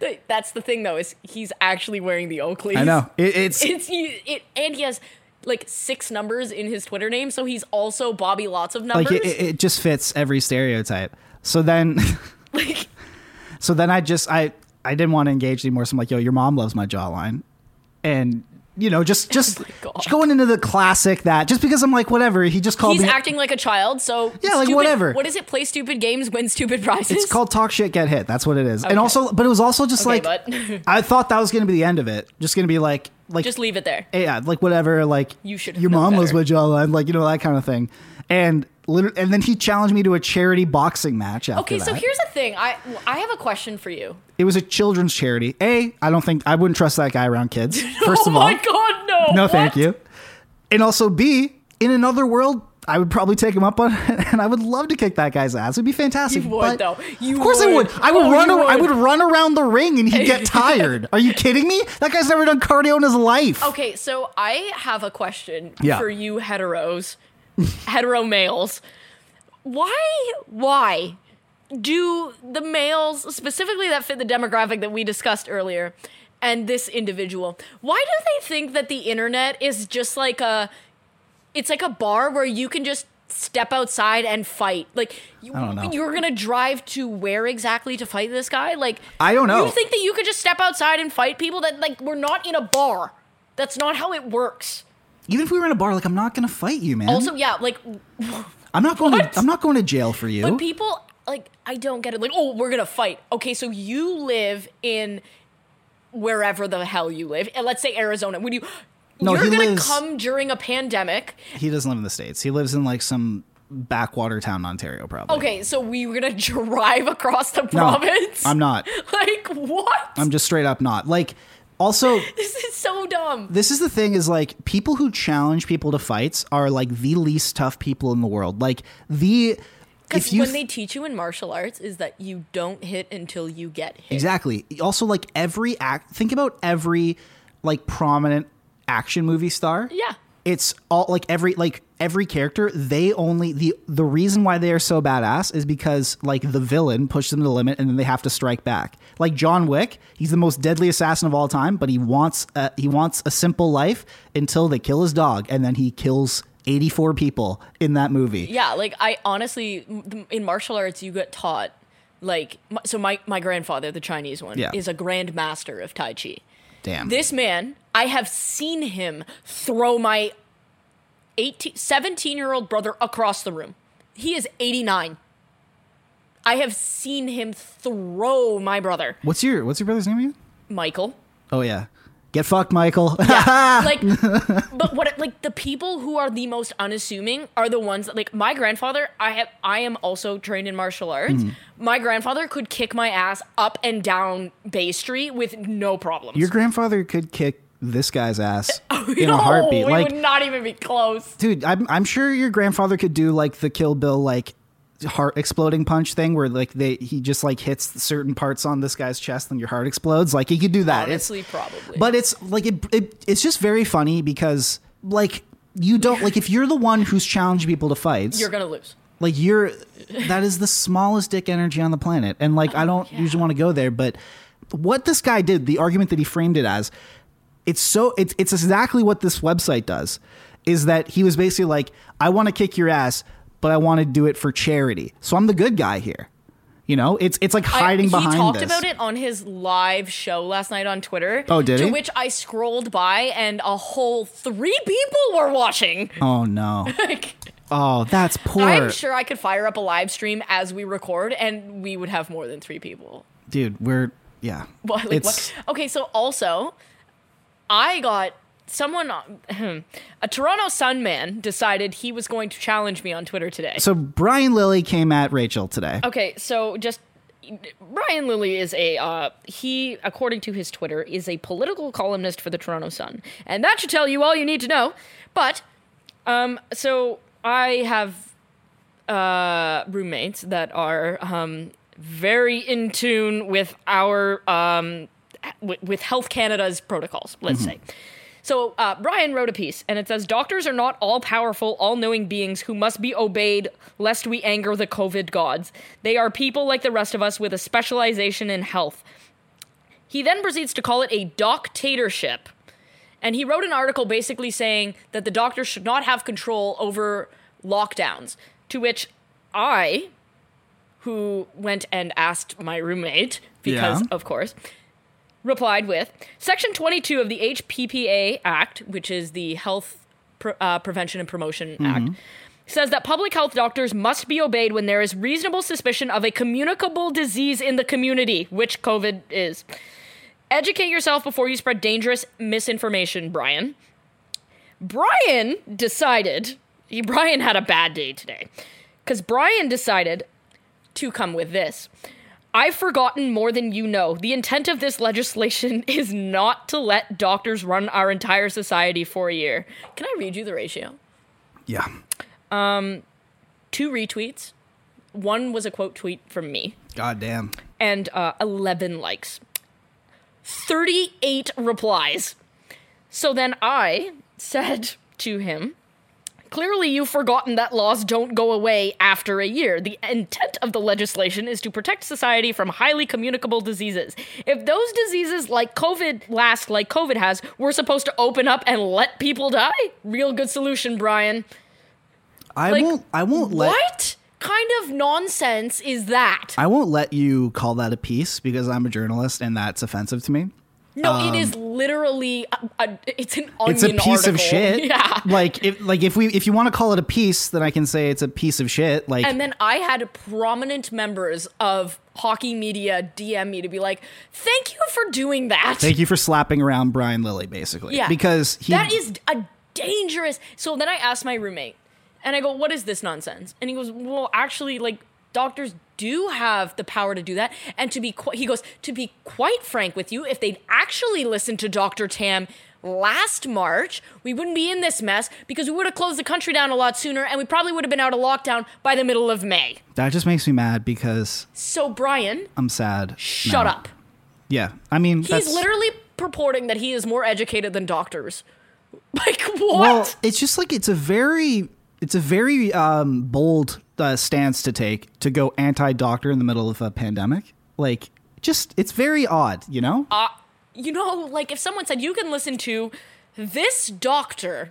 Speaker 2: Th- That's the thing, though, is he's actually wearing the Oakleys.
Speaker 1: I know it, it's
Speaker 2: [laughs] It's he, it, and he has like six numbers in his Twitter name, so he's also Bobby lots of numbers.
Speaker 1: like it, it it just fits every stereotype. So then, [laughs]
Speaker 2: [laughs] Like,
Speaker 1: so then I just I I didn't want to engage anymore. So I'm like, yo, your mom loves my jawline, and you know
Speaker 2: [laughs]
Speaker 1: just just,
Speaker 2: Oh God.
Speaker 1: just going into the classic that just because I'm like whatever he just called
Speaker 2: he's
Speaker 1: me.
Speaker 2: acting like a child, so
Speaker 1: Yeah, like,
Speaker 2: stupid-
Speaker 1: whatever.
Speaker 2: What is it? Play stupid games, win stupid prizes.
Speaker 1: it's called talk shit get hit. That's what it is. And also, but it was also just
Speaker 2: Okay,
Speaker 1: like
Speaker 2: bud.
Speaker 1: I thought that was gonna be the end of it. Just gonna be like like
Speaker 2: Just leave it there.
Speaker 1: yeah, like whatever, like
Speaker 2: You should have
Speaker 1: your
Speaker 2: known
Speaker 1: mom was
Speaker 2: better.
Speaker 1: my jawline, like you know that kind of thing. And literally, and then he challenged me to a charity boxing match. After
Speaker 2: Okay, so
Speaker 1: that.
Speaker 2: here's the thing. I I have a question for you.
Speaker 1: it was a children's charity. A, I don't think I wouldn't trust that guy around
Speaker 2: [laughs]
Speaker 1: kids. First
Speaker 2: oh
Speaker 1: of all,
Speaker 2: my god, no.
Speaker 1: no,
Speaker 2: What?
Speaker 1: thank you. And also, B, in another world. I would probably take him up on [laughs] it, and I would love to kick that guy's ass. It'd be fantastic.
Speaker 2: You
Speaker 1: but-
Speaker 2: would, though. You
Speaker 1: of course I
Speaker 2: would.
Speaker 1: would. I would
Speaker 2: Oh,
Speaker 1: run.
Speaker 2: you
Speaker 1: ar- I
Speaker 2: would.
Speaker 1: would run around the ring, and he'd get
Speaker 2: [laughs]
Speaker 1: tired. Are you kidding me? That guy's never done cardio in his life.
Speaker 2: Okay, so I have a question
Speaker 1: Yeah.
Speaker 2: for you heteros, [laughs] hetero males. Why why do the males specifically that fit the demographic that we discussed earlier and this individual, why do they think that the internet is just like a it's like a bar where you can just step outside and fight. Like you,
Speaker 1: I don't know.
Speaker 2: you're going to drive to where exactly to fight this guy? Like
Speaker 1: I don't know.
Speaker 2: You think that you could just step outside and fight people that like we're not in a bar. That's not how it works.
Speaker 1: Even if we were in a bar, like I'm not gonna fight you, man.
Speaker 2: Also, yeah, like
Speaker 1: I'm not going. To, I'm not going to jail for you.
Speaker 2: but people like I don't get it. Like, oh, we're gonna fight. Okay, so you live in wherever the hell you live. And let's say Arizona. Would you
Speaker 1: No,
Speaker 2: you're
Speaker 1: he
Speaker 2: gonna
Speaker 1: lives-
Speaker 2: come during a pandemic.
Speaker 1: he doesn't live in the states. He lives in like some backwater town, in Ontario, probably.
Speaker 2: Okay, so we were gonna [laughs] drive across the
Speaker 1: No,
Speaker 2: province.
Speaker 1: I'm not.
Speaker 2: [laughs] Like what?
Speaker 1: I'm just straight up not. Like,
Speaker 2: [laughs]
Speaker 1: also,
Speaker 2: this is so dumb.
Speaker 1: this is the thing is like people who challenge people to fights are like the least tough people in the world. Like the
Speaker 2: Because
Speaker 1: if you
Speaker 2: when
Speaker 1: th-
Speaker 2: they teach you in martial arts is that you don't hit until you get hit.
Speaker 1: exactly also like every act. Think about every like prominent action movie star.
Speaker 2: Yeah.
Speaker 1: It's all like every like every character they only the the reason why they are so badass is because like the villain pushed them to the limit and then they have to strike back. Like John Wick, he's the most deadly assassin of all time, but he wants a, he wants a simple life until they kill his dog and then he kills 84 people in that movie.
Speaker 2: Yeah, like I honestly, m- in martial arts, you get taught like m- so. My my grandfather, the Chinese one,
Speaker 1: Yeah.
Speaker 2: is a grand master of Tai Chi.
Speaker 1: Damn.
Speaker 2: This man, I have seen him throw my 18, 17 year old brother across the room. He is 89. I have seen him throw my brother,
Speaker 1: what's your what's your brother's name again?
Speaker 2: Michael.
Speaker 1: Oh yeah. Get fucked, Michael. [laughs] Ah.
Speaker 2: like but what like the people who are the most unassuming are the ones that like my grandfather i have i am also trained in martial arts
Speaker 1: Hmm.
Speaker 2: my grandfather could kick my ass up and down bay street with no problems [laughs]
Speaker 1: your grandfather could kick this guy's ass in
Speaker 2: Oh, No,
Speaker 1: a heartbeat.
Speaker 2: we
Speaker 1: like
Speaker 2: would not even be close
Speaker 1: dude I'm, I'm sure your grandfather could do like the kill bill like heart exploding punch thing where like they he just like hits certain parts on this guy's chest and your heart explodes like he could do that It's-
Speaker 2: honestly probably
Speaker 1: but it's like it, it it's just very funny because like you don't like if you're the one who's challenging people to fights.
Speaker 2: You're gonna lose.
Speaker 1: like you're that is the smallest dick energy on the planet and like i
Speaker 2: Oh,
Speaker 1: don't usually want to go there but what this guy did the argument that he framed it as it's so it's, it's exactly what this website does is that he was basically like i want to kick your ass but i want to do it for charity so i'm the good guy here you know it's it's like hiding
Speaker 2: I,
Speaker 1: behind
Speaker 2: He talked
Speaker 1: this.
Speaker 2: about it on his live show last night on Twitter.
Speaker 1: Oh, did
Speaker 2: to
Speaker 1: he?
Speaker 2: which I scrolled by and a whole three people were watching. [laughs]
Speaker 1: oh no
Speaker 2: Like,
Speaker 1: oh that's poor
Speaker 2: [laughs] I'm sure I could fire up a live stream as we record and we would have more than three people. [laughs]
Speaker 1: dude we're yeah
Speaker 2: Well, like,
Speaker 1: it's
Speaker 2: what? Okay, so also, I got someone, [clears throat] a Toronto Sun man decided he was going to challenge me on Twitter today.
Speaker 1: so brian lilly came at rachel today
Speaker 2: Okay, so just Brian Lilly is a uh, he, according to his Twitter, is a political columnist for the Toronto Sun, and that should tell you all you need to know. But um, so I have uh, roommates that are um, very in tune with our um, with, with Health Canada's protocols. Let's say. So uh, Brian wrote a piece, and it says doctors are not all powerful, all knowing beings who must be obeyed lest we anger the COVID gods. They are people like the rest of us with a specialization in health. He then proceeds to call it a doctatorship. And he wrote an article basically saying that the doctors should not have control over lockdowns. To which I, who went and asked my roommate, because
Speaker 1: Yeah.
Speaker 2: of course, replied with Section 22 of the HPPA Act, which is the Health Pre- uh, Prevention and Promotion Act, says that public health doctors must be obeyed when there is reasonable suspicion of a communicable disease in the community, which COVID is. Educate yourself before you spread dangerous misinformation, Brian. Brian decided, [laughs] Brian had a bad day today, because Brian decided to come with this. I've forgotten more than you know. The intent of this legislation [laughs] is not to let doctors run our entire society for a year. Can I read you the ratio?
Speaker 1: yeah
Speaker 2: Two retweets. One was a quote tweet from me,
Speaker 1: god damn
Speaker 2: and uh, 11 likes, 38 replies. So then I said to him, Clearly, you've forgotten that laws don't go away after a year. The intent of the legislation is to protect society from highly communicable diseases. If those diseases, like COVID, last like COVID has, we're supposed to open up and let people die? Real good solution, Brian.
Speaker 1: i
Speaker 2: Like,
Speaker 1: won't i won't let
Speaker 2: What kind of nonsense is that?
Speaker 1: I won't let you call that a piece because I'm a journalist and that's offensive to me.
Speaker 2: No, it is literally a, a, it's an onion
Speaker 1: Um, It's a piece of
Speaker 2: Oh, article.
Speaker 1: shit.
Speaker 2: [laughs] Yeah.
Speaker 1: Like if like if we if you want to call it a piece, then I can say it's a piece of shit. Like
Speaker 2: And then I had prominent members of hockey media DM me to be like, "Thank you for doing that."
Speaker 1: thank you for slapping aroround Brian Lilly, basically.
Speaker 2: Yeah.
Speaker 1: Because he
Speaker 2: That is a dangerous. So then I asked my roommate, and I go, "What is this nonsense?" And he goes, "Well, actually, like doctors do have the power to do that." And to be, qu-, he goes, "To be quite frank with you, if they'd actually listened to Doctor Tam." Last March, we wouldn't be in this mess because we would have closed the country down a lot sooner and we probably would have been out of lockdown by the middle of May.
Speaker 1: that just makes me mad because
Speaker 2: So, Brian,
Speaker 1: I'm sad.
Speaker 2: shut
Speaker 1: now.
Speaker 2: up.
Speaker 1: Yeah. I mean
Speaker 2: He's literally purporting that he is more educated than doctors. [laughs] Like, what?
Speaker 1: Well, it's just like it's a very it's a very um, bold uh, stance to take to go anti-doctor in the middle of a pandemic. Like just it's very odd, you know?
Speaker 2: Uh, you know, like if someone said you can listen to this doctor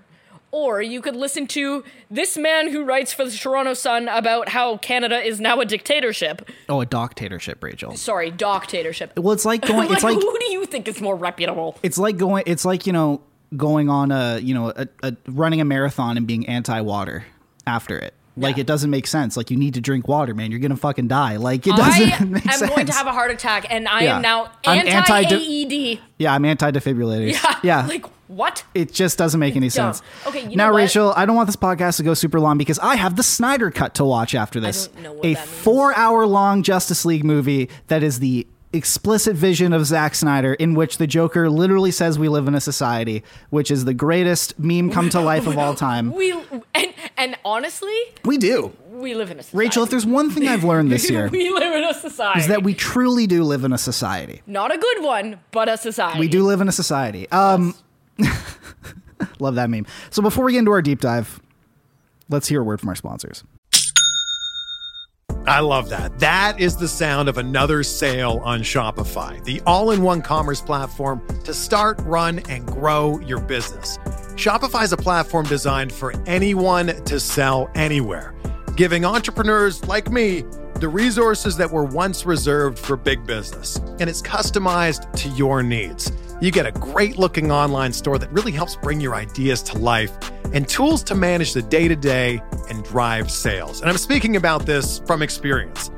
Speaker 2: or you could listen to this man who writes for the Toronto Sun about how Canada is now a dictatorship.
Speaker 1: oh, a doctatorship, Rachel.
Speaker 2: Sorry, dictatorship.
Speaker 1: Well,
Speaker 2: [laughs]
Speaker 1: it's like going. It's like
Speaker 2: who do you think is more reputable?
Speaker 1: it's like going. It's like you know going on a you know a, a running a marathon and being anti-water after it. Like it doesn't make sense. Like you need to drink water, man. You're gonna fucking die. Like it doesn't
Speaker 2: I
Speaker 1: [laughs]
Speaker 2: am
Speaker 1: make sense.
Speaker 2: going to have a heart attack and I
Speaker 1: Yeah.
Speaker 2: am now
Speaker 1: I'm
Speaker 2: anti
Speaker 1: anti-
Speaker 2: AED.
Speaker 1: yeah, I'm anti-defibrillators.
Speaker 2: [laughs] Yeah.
Speaker 1: yeah.
Speaker 2: Like what?
Speaker 1: it just doesn't make any
Speaker 2: Dumb.
Speaker 1: sense.
Speaker 2: Okay, you know
Speaker 1: now
Speaker 2: what?
Speaker 1: Rachel, I don't want this podcast to go super long because I have the Snyder Cut to watch after this.
Speaker 2: don't know what
Speaker 1: a
Speaker 2: that means.
Speaker 1: four-hour-long Justice League movie that is the explicit vision of Zack Snyder, in which the Joker literally says we live in a society, which is the greatest meme come to life of all time.
Speaker 2: [laughs] We and and honestly,
Speaker 1: We do,
Speaker 2: we live in a society.
Speaker 1: Rachel. If there's one thing I've learned this year,
Speaker 2: [laughs] we live in a society.
Speaker 1: is that we truly do live in a society.
Speaker 2: not a good one, but a society.
Speaker 1: We do live in a society. Um, [laughs] Love that meme. So before we get into our deep dive, let's hear a word from our sponsors.
Speaker 3: I love that. That is the sound of another sale on Shopify, the all in one commerce platform to start, run, and grow your business. Shopify is a platform designed for anyone to sell anywhere, giving entrepreneurs like me the resources that were once reserved for big business. And it's customized to your needs. You get a great looking online store that really helps bring your ideas to life and tools to manage the day to day and drive sales. And I'm speaking about this from experience.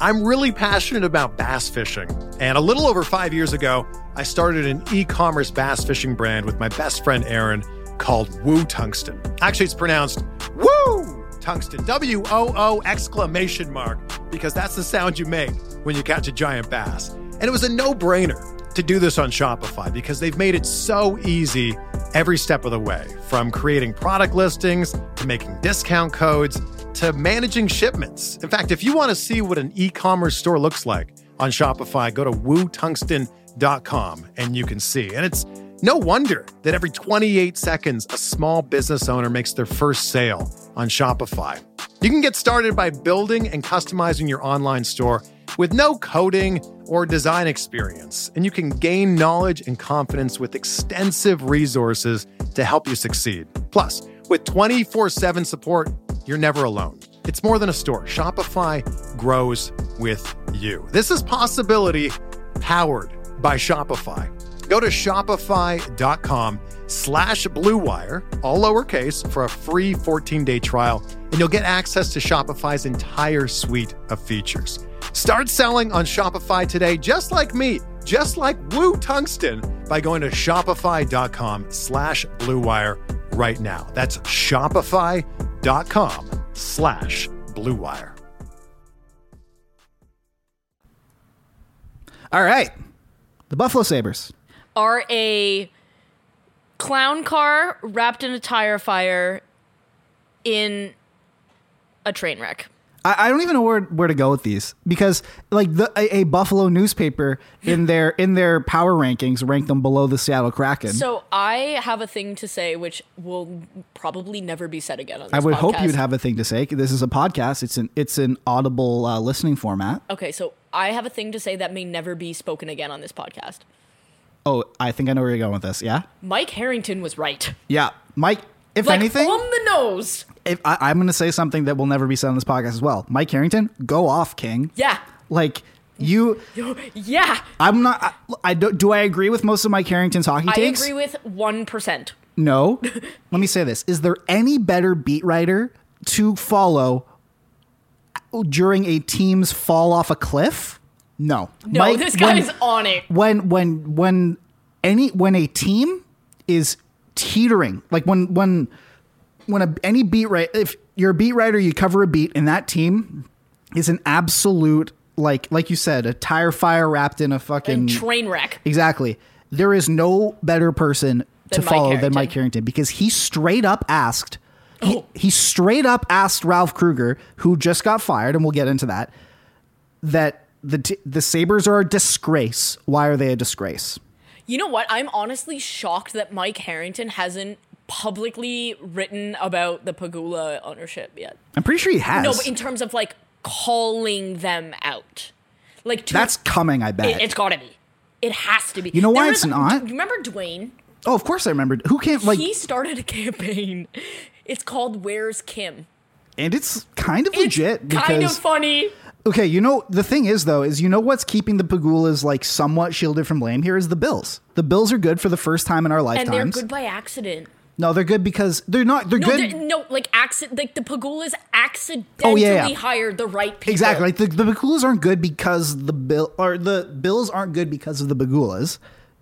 Speaker 3: I'm really passionate about bass fishing. And a little over five years ago, I started an e commerce bass fishing brand with my best friend Aaron called Woo Tungsten. Actually, it's pronounced Woo Tungsten, W O O exclamation mark, because that's the sound you make when you catch a giant bass. And it was a no brainer to do this on Shopify because they've made it so easy every step of the way from creating product listings to making discount codes to managing shipments. In fact, if you want to see what an e commerce store looks like on Shopify, go to wootungsten.com and you can see. And it's no wonder that every 28 seconds, a small business owner makes their first sale on Shopify. You can get started by building and customizing your online store with no coding or design experience, and you can gain knowledge and confidence with extensive resources to help you succeed. Plus, with 24 7 support, you're never alone. It's more than a store. Shopify grows with you. This is possibility powered by Shopify. Go to shopify.com slash bluewire, all lowercase, for a free 14-day trial, and you'll get access to Shopify's entire suite of features. Start selling on Shopify today, just like me, just like Woo Tungsten, by going to shopify.com slash bluewire right now. That's shopify.com slash bluewire.
Speaker 1: All right. The Buffalo Sabres.
Speaker 2: Are a clown car wrapped in a tire fire in a train wreck.
Speaker 1: I, I don't even know where, where to go with these because like the a, a Buffalo newspaper
Speaker 2: [laughs]
Speaker 1: in their in their power rankings ranked them below the Seattle Kraken.
Speaker 2: So I have a thing to say, which will probably never be said again. On this
Speaker 1: I would hope
Speaker 2: podcast.
Speaker 1: you'd have a thing to say. This is a podcast. It's an it's an audible uh, listening format.
Speaker 2: Okay, so I have a thing to say that may never be spoken again on this podcast.
Speaker 1: Oh, I think I know where you're going with this. Yeah,
Speaker 2: Mike Harrington was right.
Speaker 1: yeah, Mike. If
Speaker 2: Like
Speaker 1: anything,
Speaker 2: on the nose.
Speaker 1: if I, I'm going to say something that will never be said on this podcast as well. Mike Harrington, go off, King.
Speaker 2: Yeah. [laughs]
Speaker 1: Like you,
Speaker 2: Yeah.
Speaker 1: I'm not. I, I don't. Do I agree with most of Mike Harrington's hockey
Speaker 2: I
Speaker 1: takes?
Speaker 2: agree with 1%.
Speaker 1: No. [laughs] Let me say this: Is there any better beat writer to follow during a team's fall off a cliff? No.
Speaker 2: No, this guy's on it.
Speaker 1: When when when any when a team is teetering, like when when when a, any beat writer, if you're a beat writer, you cover a beat, and that team is an absolute like like you said, a tire fire wrapped in a fucking
Speaker 2: Train wreck.
Speaker 1: Exactly. There is no better person to
Speaker 2: Mike
Speaker 1: follow than
Speaker 2: Harrington. Oh.
Speaker 1: Mike Harrington because he straight up asked. He, he straight up asked Ralph Kruger, who just got fired, and we'll get into that. That the t- the Sabers are a disgrace. Why are they a disgrace?
Speaker 2: You know what? I'm honestly shocked that Mike Harrington hasn't publicly written about the Pagula ownership yet.
Speaker 1: I'm pretty sure he has.
Speaker 2: No, but in terms of like calling them out. Like to,
Speaker 1: That's coming. I bet.
Speaker 2: it, has got to be. It has to be.
Speaker 1: You know why
Speaker 2: There
Speaker 1: it's
Speaker 2: is-
Speaker 1: not?
Speaker 2: You remember Dwayne?
Speaker 1: oh, of course I remembered. Who can't like?
Speaker 2: he started a [laughs] campaign. It's called Where's Kim?
Speaker 1: And it's kind of
Speaker 2: It's
Speaker 1: legit because
Speaker 2: kind of funny.
Speaker 1: okay, you know the thing is though is you know what's keeping the Pagulas like somewhat shielded from blame here is the Bills. The Bills are good for the first time in our
Speaker 2: And
Speaker 1: lifetimes.
Speaker 2: they're good by accident.
Speaker 1: No, they're good because they're not. They're
Speaker 2: No,
Speaker 1: good.
Speaker 2: they're- no, like accident. Like the Pagulas accidentally
Speaker 1: Oh, yeah, yeah.
Speaker 2: hired the right people.
Speaker 1: exactly. Like the, the Bagulas aren't good because the bill or the Bills aren't good because of the Bagulas.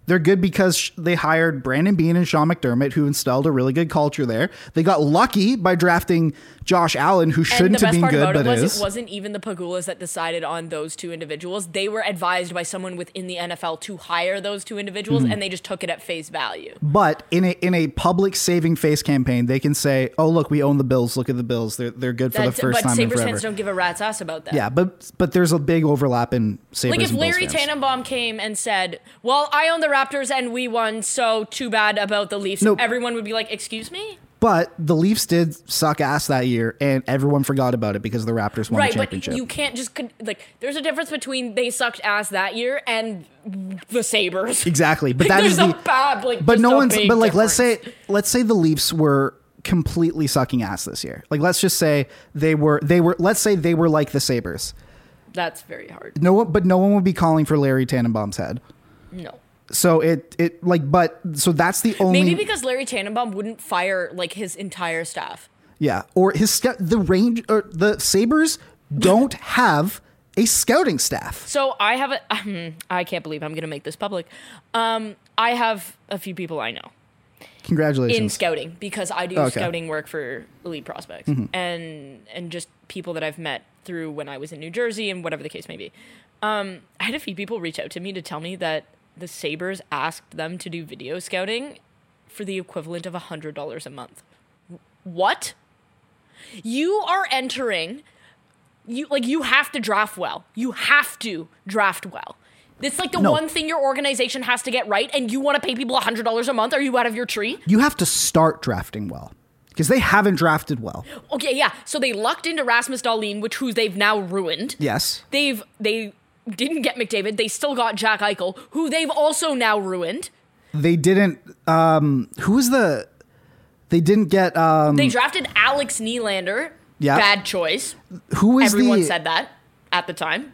Speaker 1: They're good because sh- they hired Brandon Bean and Sean McDermott, who installed a really good culture there. They got lucky by drafting Josh Allen, who
Speaker 2: And the
Speaker 1: shouldn't have
Speaker 2: best
Speaker 1: been
Speaker 2: part
Speaker 1: good,
Speaker 2: about
Speaker 1: but
Speaker 2: it was
Speaker 1: is.
Speaker 2: it wasn't even the Pagulas that decided on those two individuals. They were advised by someone within the NFL to hire those two individuals,
Speaker 1: Hmm.
Speaker 2: and they just took it at face value.
Speaker 1: But in a in a public saving face campaign, they can say, "Oh, look, we own the Bills. Look at the Bills. They're they're good for
Speaker 2: That's,
Speaker 1: the first
Speaker 2: but
Speaker 1: time in
Speaker 2: Sabres
Speaker 1: forever."
Speaker 2: fans don't give a rat's ass about that.
Speaker 1: yeah, but but there's a big overlap in Sabres
Speaker 2: Like if
Speaker 1: and Bills
Speaker 2: Larry
Speaker 1: fans.
Speaker 2: Tannenbaum came and said, "Well, I own the Raptors and we won, so too bad about the Leafs.
Speaker 1: Nope.
Speaker 2: Everyone would be like, "Excuse me."
Speaker 1: But the Leafs did suck ass that year, and everyone forgot about it because the Raptors won
Speaker 2: Right,
Speaker 1: the championship.
Speaker 2: but you can't just con- like. There's a difference between they sucked ass that year and the Sabers.
Speaker 1: [laughs] exactly, but that
Speaker 2: there's
Speaker 1: is
Speaker 2: a
Speaker 1: the.
Speaker 2: bad like.
Speaker 1: but
Speaker 2: just
Speaker 1: no
Speaker 2: a
Speaker 1: one's.
Speaker 2: big
Speaker 1: But like, let's
Speaker 2: difference.
Speaker 1: say let's say the Leafs were completely sucking ass this year. Like, let's just say they were they were. Let's say they were like the Sabers.
Speaker 2: that's very hard.
Speaker 1: No one, but no one would be calling for Larry Tannenbaum's head.
Speaker 2: No.
Speaker 1: So it it like, but so that's the only
Speaker 2: Maybe because Larry Tannenbaum wouldn't fire like his entire staff.
Speaker 1: yeah. Or his scout the range or the Sabers
Speaker 2: [laughs]
Speaker 1: don't have a scouting staff.
Speaker 2: So I have a. [laughs] Um, I can't believe I'm going to make this public. Um, I have a few people I know in
Speaker 1: Congratulations. Oh,
Speaker 2: scouting because I do
Speaker 1: Okay. Mm-hmm.
Speaker 2: scouting work for elite prospects and and just people that I've met through when I was in New Jersey and whatever the case may be. Um, I had a few people reach out to me to tell me that the Sabers asked them to do video scouting for the equivalent of hundred dollars a month. What? You are entering. You like you have to draft well. You have to draft well. It's like the
Speaker 1: No.
Speaker 2: one thing your organization has to get right, and you want to pay people hundred dollars a month? Are you out of your tree?
Speaker 1: you have to start drafting well because they haven't drafted well.
Speaker 2: Okay, yeah. So they lucked into Rasmus Dahlin, which who they've now ruined.
Speaker 1: Yes.
Speaker 2: They've they didn't get McDavid. They still got Jack Eichel, who they've also now ruined.
Speaker 1: They didn't um who was the they didn't get um
Speaker 2: They drafted Alex Nylander.
Speaker 1: Yeah.
Speaker 2: Bad choice.
Speaker 1: who was
Speaker 2: Everyone
Speaker 1: the
Speaker 2: said that at the time.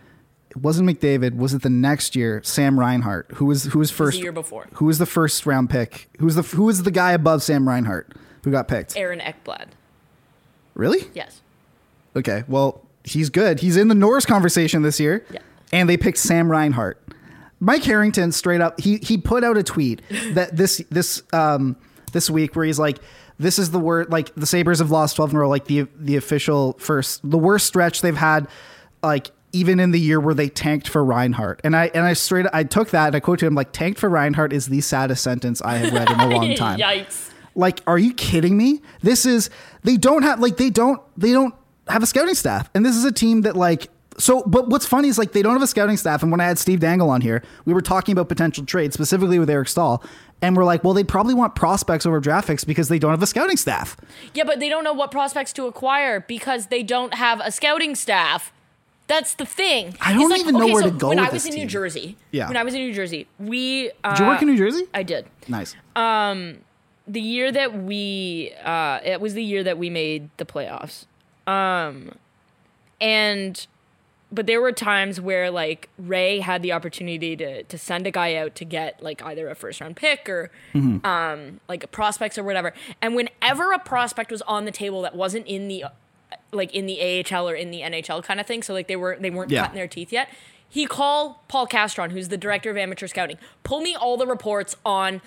Speaker 1: it wasn't McDavid, was it the next year Sam Reinhart? Who was who was first
Speaker 2: year before.
Speaker 1: Who was the first round pick? Who was the who was the guy above Sam Reinhart who got picked?
Speaker 2: Aaron Ekblad.
Speaker 1: Really?
Speaker 2: Yes.
Speaker 1: Okay. Well, he's good. He's in the Norris conversation this year.
Speaker 2: Yeah.
Speaker 1: And they picked Sam Reinhart. Mike Harrington straight up he he put out a tweet that this this um this week where he's like this is the word like the Sabres have lost 12 in a row like the the official first the worst stretch they've had like even in the year where they tanked for Reinhardt. And I and I straight I took that and I quoted him like tanked for Reinhardt is the saddest sentence I have read in
Speaker 2: [laughs]
Speaker 1: a long time.
Speaker 2: Yikes.
Speaker 1: Like, are you kidding me? This is they don't have like they don't they don't have a scouting staff, and this is a team that like. So, but what's funny is like they don't have a scouting staff. And when I had Steve Dangle on here, we were talking about potential trades, specifically with Eric Stahl. And we're like, well, they probably want prospects over draft picks because they don't have a scouting staff.
Speaker 2: Yeah, but they don't know what prospects to acquire because they don't have a scouting staff. That's the thing.
Speaker 1: I
Speaker 2: It's
Speaker 1: don't even know where
Speaker 2: so
Speaker 1: to go
Speaker 2: When
Speaker 1: with
Speaker 2: I was
Speaker 1: this
Speaker 2: in
Speaker 1: team.
Speaker 2: New Jersey,
Speaker 1: Yeah.
Speaker 2: When I was in New Jersey, we uh,
Speaker 1: Did you work in New Jersey?
Speaker 2: I did.
Speaker 1: nice.
Speaker 2: the year that we uh it was the year that we made the playoffs um and but there were times where like ray had the opportunity to to send a guy out to get like either a first round pick or um like prospects or whatever and whenever a prospect was on the table that wasn't in the uh, like in the AHL or in the NHL kind of thing so like they were they weren't
Speaker 1: Yeah.
Speaker 2: cutting their teeth yet he called Paul Castron who's the director of amateur scouting pull me all the reports on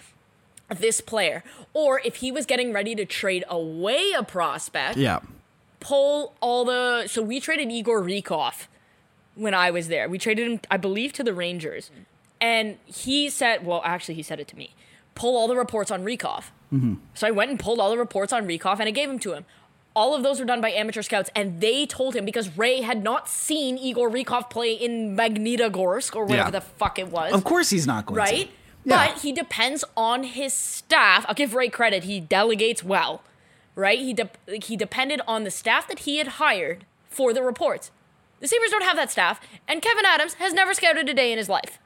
Speaker 2: this player or if he was getting ready to trade away a prospect
Speaker 1: yeah.
Speaker 2: pull all the so we traded Igor Rykov when I was there. We traded him I believe to the Rangers. And he said, well actually he said it to me. Pull all the reports on Rykov.
Speaker 1: Mm-hmm.
Speaker 2: So I went and pulled all the reports on Rykov and I gave them to him. All of those were done by amateur scouts and they told him because Ray had not seen Igor Rykov play in Magnitogorsk or whatever
Speaker 1: Yeah.
Speaker 2: the fuck it was
Speaker 1: Of course, he's not going to.
Speaker 2: right?
Speaker 1: Yeah.
Speaker 2: But he depends on his staff. I'll give Ray credit; he delegates well, right? He de- like, he depended on the staff that he had hired for the reports. The Sabres don't have that staff, and Kevin Adams has never scouted a day in his life.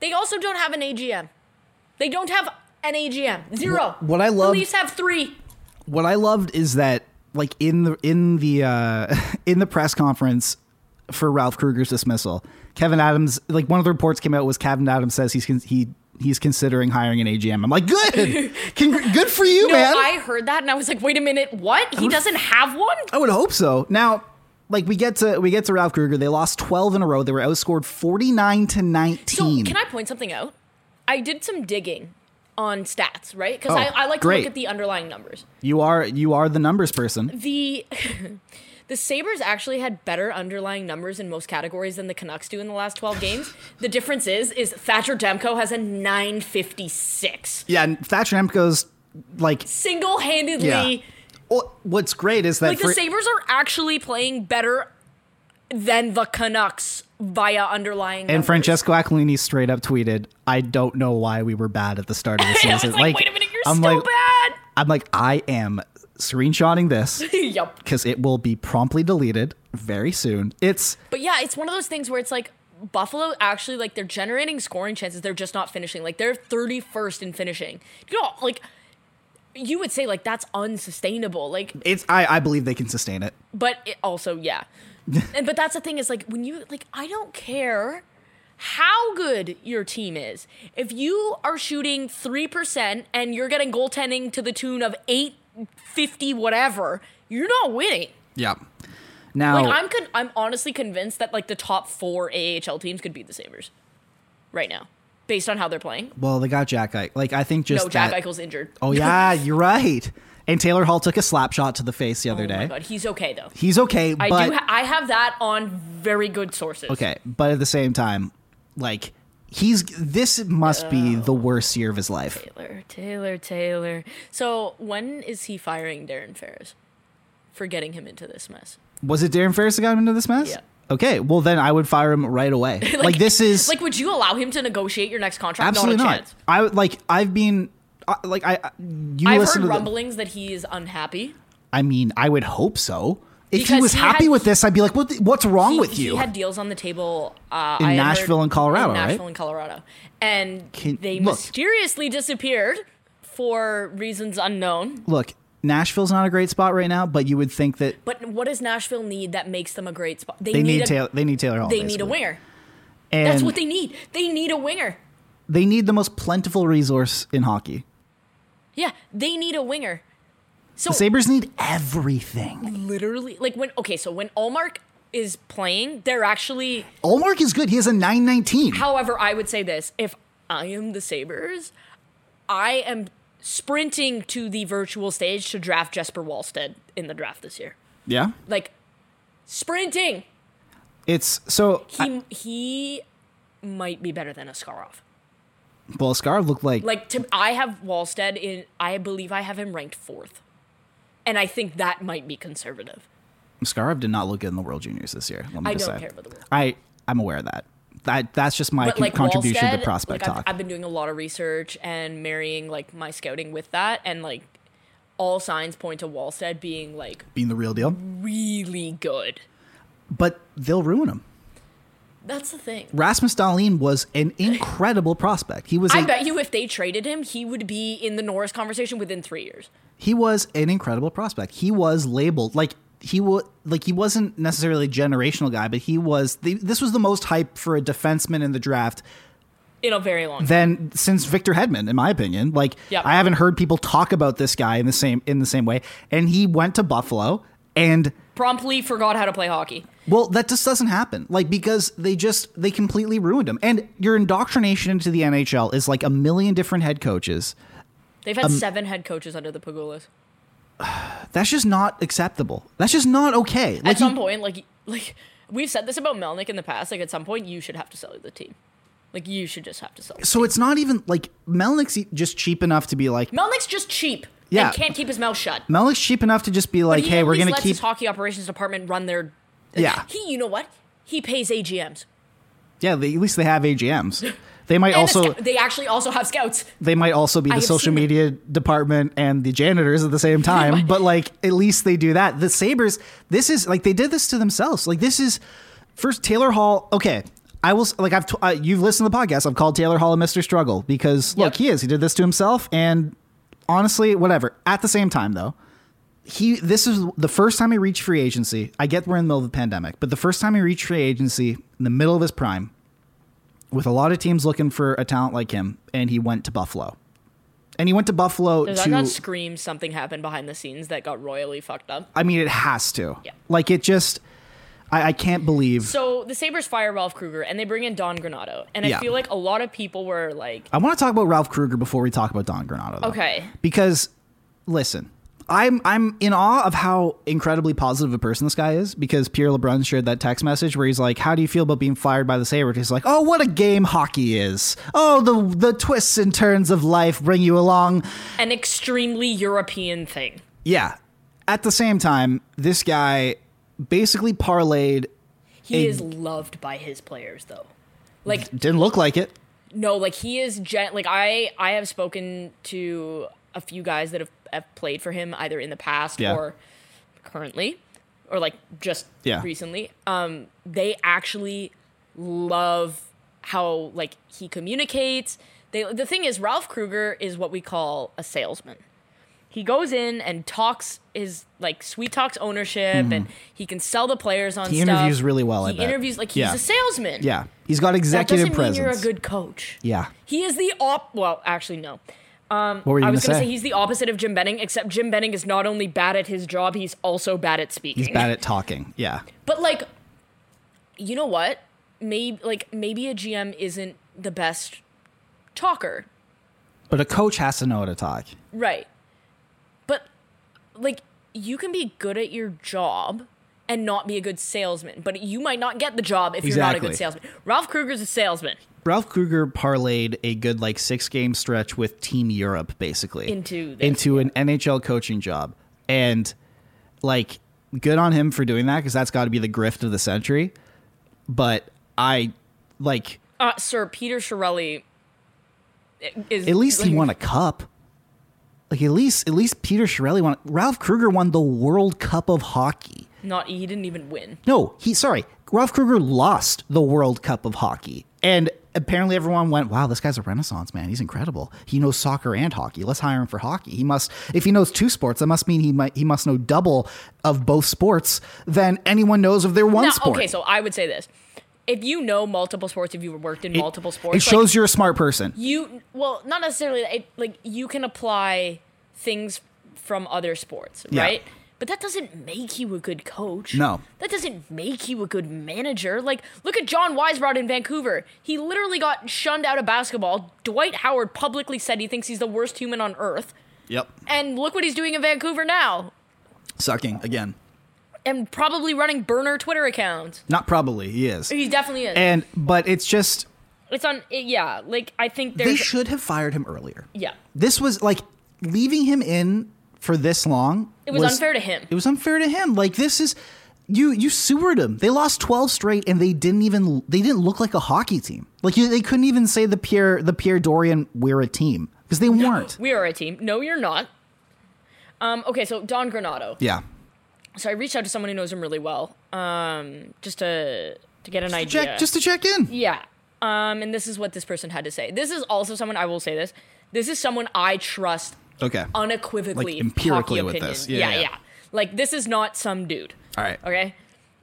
Speaker 2: They also don't have an AGM. They don't have an AGM. Zero.
Speaker 1: What- what I love-
Speaker 2: The Leafs have three.
Speaker 1: what I loved is that like in the in the uh, [laughs] in the press conference for Ralph Kruger's dismissal, Kevin Adams like one of the reports came out was Kevin Adams says he's con- he he's considering hiring an AGM. I'm like,
Speaker 2: [laughs]
Speaker 1: good, Congr- good for you,
Speaker 2: No,
Speaker 1: man.
Speaker 2: I heard that and I was like, wait a minute, what? He doesn't have one?
Speaker 1: I would hope so. Now, like we get to we get to Ralph Kruger, they lost 12 in a row. They were outscored 49 to 19.
Speaker 2: So can I point something out? I did some digging on stats, right? Because
Speaker 1: Oh,
Speaker 2: I, I like to
Speaker 1: great.
Speaker 2: look at the underlying numbers.
Speaker 1: you are you are the numbers person.
Speaker 2: The [laughs] the Sabres actually had better underlying numbers in most categories than the Canucks do in the last 12 games. the difference is is Thatcher Demko has a 956.
Speaker 1: Yeah, and Thatcher Nemco's like
Speaker 2: Single-handedly
Speaker 1: yeah. What's great is that
Speaker 2: like
Speaker 1: for-
Speaker 2: the Sabres are actually playing better than the Canucks via underlying.
Speaker 1: And
Speaker 2: numbers.
Speaker 1: Francesco Aquilini straight up tweeted, "I don't know why we were bad at the start of the
Speaker 2: [laughs] I was
Speaker 1: season."
Speaker 2: like, wait a minute, you're
Speaker 1: I'm
Speaker 2: still
Speaker 1: like,
Speaker 2: bad. [laughs]
Speaker 1: I'm like, I am screenshotting this
Speaker 2: yup.
Speaker 1: because it will be promptly deleted very soon. It's
Speaker 2: But yeah, it's one of those things where it's like Buffalo actually like they're generating scoring chances, they're just not finishing. Like they're 31st in finishing. You know, like you would say like that's unsustainable. Like
Speaker 1: it's I, I believe they can sustain it.
Speaker 2: but it also yeah. and but that's the thing is like when you like I don't care how good your team is. If you are shooting 3% and you're getting goaltending to the tune of 850 whatever, you're not winning.
Speaker 1: Yeah. Now
Speaker 2: Like I'm con- I'm honestly convinced that like the top four AHL teams could beat the Sabres right now, based on how they're playing.
Speaker 1: well they got Jack Eichel. Like I think just
Speaker 2: no, Jack
Speaker 1: that-
Speaker 2: Eichel's injured. [laughs]
Speaker 1: Oh yeah, you're right. And Taylor Hall took a slap shot to the face the other
Speaker 2: Oh
Speaker 1: day.
Speaker 2: my god, he's okay though.
Speaker 1: He's okay,
Speaker 2: I
Speaker 1: but
Speaker 2: do. Ha- I have that on very good sources.
Speaker 1: okay, but at the same time, like he's this must
Speaker 2: Oh.
Speaker 1: be the worst year of his life.
Speaker 2: Taylor, Taylor, Taylor. So when is he firing Darren Ferris for getting him into this mess?
Speaker 1: Was it Darren Ferris that got him into this mess?
Speaker 2: Yeah.
Speaker 1: Okay, well then I would fire him right away. like, this is
Speaker 2: [laughs] Like, would you allow him to negotiate your next contract?
Speaker 1: absolutely
Speaker 2: not a
Speaker 1: not.
Speaker 2: chance.
Speaker 1: I would like I've been I- like I I- you
Speaker 2: I've
Speaker 1: listen to
Speaker 2: heard
Speaker 1: the-
Speaker 2: rumblings that he is unhappy.
Speaker 1: I mean I would hope so. If he
Speaker 2: Because
Speaker 1: was
Speaker 2: he
Speaker 1: happy
Speaker 2: had-
Speaker 1: with this, I'd be like, what, the- what's wrong
Speaker 2: he,
Speaker 1: with
Speaker 2: he
Speaker 1: you?
Speaker 2: had deals on the table uh,
Speaker 1: In
Speaker 2: I had
Speaker 1: Nashville
Speaker 2: heard-
Speaker 1: and Colorado,
Speaker 2: in
Speaker 1: right?
Speaker 2: Nashville and Colorado, and
Speaker 1: Can-
Speaker 2: they
Speaker 1: look.
Speaker 2: mysteriously disappeared for reasons unknown.
Speaker 1: Look, Nashville's not a great spot right now, but you would think that
Speaker 2: But what does Nashville need that makes them a great spot?
Speaker 1: they need,
Speaker 2: a,
Speaker 1: Taylor. They need Taylor Hall.
Speaker 2: They need a
Speaker 1: basically.
Speaker 2: winger.
Speaker 1: And
Speaker 2: That's what they need. They need a winger.
Speaker 1: they need the most plentiful resource in hockey.
Speaker 2: Yeah, they need a winger. So
Speaker 1: The Sabres need everything.
Speaker 2: literally, like when okay, so when Allmark is playing, they're actually
Speaker 1: Olmark is good. He has a 919.
Speaker 2: However, I would say this if I am the Sabres, I am sprinting to the virtual stage to draft Jesper Wallstead in the draft this year.
Speaker 1: yeah.
Speaker 2: Like, sprinting.
Speaker 1: It's so
Speaker 2: He, he might be better than Askarov.
Speaker 1: well, Scarv looked like,
Speaker 2: Like, to, I have Wallstead in, I believe I have him ranked fourth. And I think that might be conservative.
Speaker 1: Scarv did not look good in the World Juniors this year. Let me
Speaker 2: I
Speaker 1: just
Speaker 2: don't
Speaker 1: say.
Speaker 2: care about the World.
Speaker 1: I I'm aware of that. That that's just my
Speaker 2: But
Speaker 1: con-
Speaker 2: like
Speaker 1: contribution
Speaker 2: Wallstead,
Speaker 1: to prospect
Speaker 2: like, I've-
Speaker 1: talk.
Speaker 2: I've been doing a lot of research and marrying like my scouting with that, and like all signs point to Wallstead being like
Speaker 1: being the real deal,
Speaker 2: really good.
Speaker 1: but they'll ruin him.
Speaker 2: That's the thing.
Speaker 1: Rasmus Dahlin was an
Speaker 2: [laughs]
Speaker 1: incredible prospect. He was
Speaker 2: I
Speaker 1: a-
Speaker 2: bet you if they traded him, he would be in the Norris conversation within three years.
Speaker 1: he was an incredible prospect. He was labeled like he was like he wasn't necessarily a generational guy, but he was. The, this was the most hype for a defenseman in the draft
Speaker 2: In a very long time.
Speaker 1: than since Victor Hedman, in my opinion. Like
Speaker 2: Yep.
Speaker 1: I haven't heard people talk about this guy in the same in the same way. And he went to Buffalo, and
Speaker 2: Promptly forgot how to play hockey.
Speaker 1: well, that just doesn't happen. Like because they just they completely ruined him. And your indoctrination into the NHL is like a million different head coaches.
Speaker 2: They've
Speaker 1: Um,
Speaker 2: had seven head coaches under the Pagulas.
Speaker 1: That's just not acceptable. That's just not okay. Like
Speaker 2: At some
Speaker 1: you-
Speaker 2: point, like like we've said this about Melnick in the past, like at some point you should have to sell the team. Like you should just have to sell.
Speaker 1: so it's not even like Melnick's e- just cheap enough to be like
Speaker 2: Melnick's just cheap.
Speaker 1: Yeah.
Speaker 2: And can't keep his mouth shut.
Speaker 1: Melnick's cheap enough to just be like,
Speaker 2: he
Speaker 1: hey,
Speaker 2: at
Speaker 1: we're
Speaker 2: least
Speaker 1: gonna
Speaker 2: lets
Speaker 1: keep
Speaker 2: his hockey operations department run their. [laughs]
Speaker 1: Yeah.
Speaker 2: He, you know what? He pays AGMs.
Speaker 1: yeah. They, at least they have AGMs. They might
Speaker 2: And the
Speaker 1: also
Speaker 2: scout- they actually also have scouts.
Speaker 1: they might also be the
Speaker 2: have
Speaker 1: social
Speaker 2: seen it.
Speaker 1: media department and the janitors at the
Speaker 2: [laughs]
Speaker 1: same time but like at least they do that the sabres this is like they did this to themselves like this is first taylor hall okay i will s- like i've t- uh, you've listened to the podcast i've called taylor hall a mr struggle because look
Speaker 2: Yep.
Speaker 1: he is he did this to himself and honestly whatever at the same time though he this is the first time he reached free agency i get we're in the middle of the pandemic but the first time he reached free agency in the middle of his prime with a lot of teams looking for a talent like him, and he went to Buffalo. And he went to Buffalo
Speaker 2: Does
Speaker 1: to.
Speaker 2: that not scream something happened behind the scenes that got royally fucked up?
Speaker 1: I mean, it has to.
Speaker 2: Yeah.
Speaker 1: Like it just, I, I can't believe.
Speaker 2: So the Sabres fire Ralph Kruger and they bring in Don Granado. And I
Speaker 1: Yeah. Oh.
Speaker 2: feel like a lot of people were like,
Speaker 1: I want to talk about Ralph Kruger before we talk about Don Granado. Though.
Speaker 2: Okay.
Speaker 1: Because, listen, I'm I'm in awe of how incredibly positive a person this guy is. Because Pierre LeBrun shared that text message where he's like, "How do you feel about being fired by the Sabres?" He's like, "Oh, what a game hockey is! Oh, the the twists and turns of life bring you along."
Speaker 2: an extremely European thing.
Speaker 1: Yeah. At the same time, this guy basically parlayed
Speaker 2: He
Speaker 1: A-
Speaker 2: is loved by his players though. Like
Speaker 1: Didn't look like it.
Speaker 2: no, like he is gen- like I I have spoken to a few guys that have, have played for him either in the past
Speaker 1: Yeah.
Speaker 2: or currently or like just
Speaker 1: Yeah.
Speaker 2: recently. Um they actually love how like he communicates. They the thing is Ralph Kruger is what we call a salesman. He goes in and talks his like sweet talks ownership and he can sell the players on
Speaker 1: Mm-hmm. He
Speaker 2: stuff.
Speaker 1: interviews really well, I
Speaker 2: He
Speaker 1: bet.
Speaker 2: interviews like he's
Speaker 1: Yeah.
Speaker 2: a salesman.
Speaker 1: Yeah, he's got
Speaker 2: That doesn't
Speaker 1: executive presence.
Speaker 2: mean you're a good coach.
Speaker 1: yeah.
Speaker 2: He is the op. Well, actually, no.
Speaker 1: What were you
Speaker 2: I
Speaker 1: going to
Speaker 2: was
Speaker 1: say?
Speaker 2: going to say he's the opposite of Jim Benning, except Jim Benning is not only bad at his job, he's also bad at speaking.
Speaker 1: he's
Speaker 2: [laughs]
Speaker 1: bad at talking. Yeah.
Speaker 2: But like, you know what? Maybe like maybe a GM isn't the best talker,
Speaker 1: But a coach has to know how to talk.
Speaker 2: right? But like, you can be good at your job and not be a good salesman. But you might not get the job if you're not a
Speaker 1: Exactly.
Speaker 2: good salesman. Ralph Kruger's a salesman
Speaker 1: Ralph Kruger parlayed a good like six game stretch with Team Europe basically
Speaker 2: into this.
Speaker 1: into an NHL coaching job, and like good on him for doing that because that's got to be the grift of the century. But I like
Speaker 2: uh, Sir Peter Shirelli is
Speaker 1: at least he
Speaker 2: like,
Speaker 1: won a cup. Like at least at least Peter Shirelli won. Ralph Kruger won the World Cup of hockey.
Speaker 2: Not he didn't even win.
Speaker 1: No, he sorry. Ralph Kruger lost the World Cup of hockey. And apparently everyone went, "Wow, this guy's a renaissance man. He's incredible. He knows soccer and hockey. Let's hire him for hockey. He must if he knows two sports, that must mean he might he must know double of both sports than anyone knows of their one
Speaker 2: Now,
Speaker 1: sport."
Speaker 2: okay, so I would say this: if you know multiple sports, if you've worked in
Speaker 1: It-
Speaker 2: multiple sports,
Speaker 1: It shows you're a smart person.
Speaker 2: like, you well, not necessarily. that, It, like you can apply things from other sports,
Speaker 1: Yeah.
Speaker 2: right? But that doesn't make you a good coach.
Speaker 1: No.
Speaker 2: That doesn't make you a good manager. Like, look at John Weisbrod in Vancouver. He literally got shunned out of basketball. Dwight Howard publicly said he thinks he's the worst human on earth.
Speaker 1: yep.
Speaker 2: And look what he's doing in Vancouver now.
Speaker 1: Sucking again.
Speaker 2: And probably running burner Twitter accounts.
Speaker 1: Not probably. He is.
Speaker 2: He definitely is.
Speaker 1: And but it's just
Speaker 2: it's on. It, yeah, like I think
Speaker 1: they
Speaker 2: there's.
Speaker 1: should have fired him earlier.
Speaker 2: yeah,
Speaker 1: This was like leaving him in for this long.
Speaker 2: it was, unfair to him.
Speaker 1: It was unfair to him. Like this is you you sewered him. They lost 12 straight and they didn't even they didn't look like a hockey team. Like you, they couldn't even say the Pierre the Pierre Dorian we're a team because they weren't.
Speaker 2: we are a team. No, you're not. Um. Okay, so Don Granado.
Speaker 1: Yeah.
Speaker 2: So I reached out to someone who knows him really well. Um. Just to to get an idea.
Speaker 1: Check just to check in.
Speaker 2: Yeah. Um. And this is what this person had to say. This is also someone I will say this. This is someone I trust
Speaker 1: Okay.
Speaker 2: unequivocally
Speaker 1: Like, empirically
Speaker 2: hockey
Speaker 1: with
Speaker 2: opinion.
Speaker 1: this. Yeah,
Speaker 2: yeah,
Speaker 1: yeah.
Speaker 2: Like this is not some dude.
Speaker 1: All right.
Speaker 2: Okay.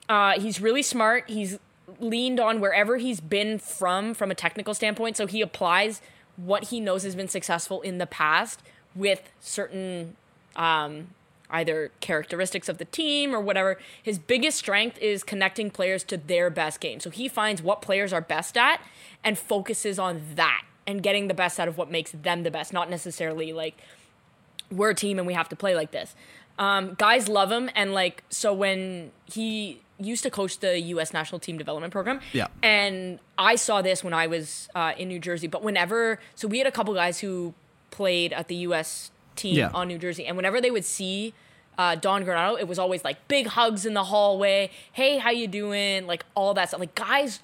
Speaker 2: Uh, he's really smart. He's leaned on wherever he's been from, from a technical standpoint. So he applies what he knows has been successful in the past with certain um, either characteristics of the team or whatever. His biggest strength is connecting players to their best game. So he finds what players are best at and focuses on that and getting the best out of what makes them the best, not necessarily like we're a team and we have to play like this. Um, guys love him, and like so when he used to coach the U.S. national team development program,
Speaker 1: Yeah.
Speaker 2: And I saw this when I was uh, in New Jersey, but whenever so we had a couple guys who played at the U.S. team
Speaker 1: Yeah.
Speaker 2: on New Jersey, and whenever they would see. Uh, Don Granado, it was always like big hugs in the hallway. Hey, how you doing? Like all that stuff. Like guys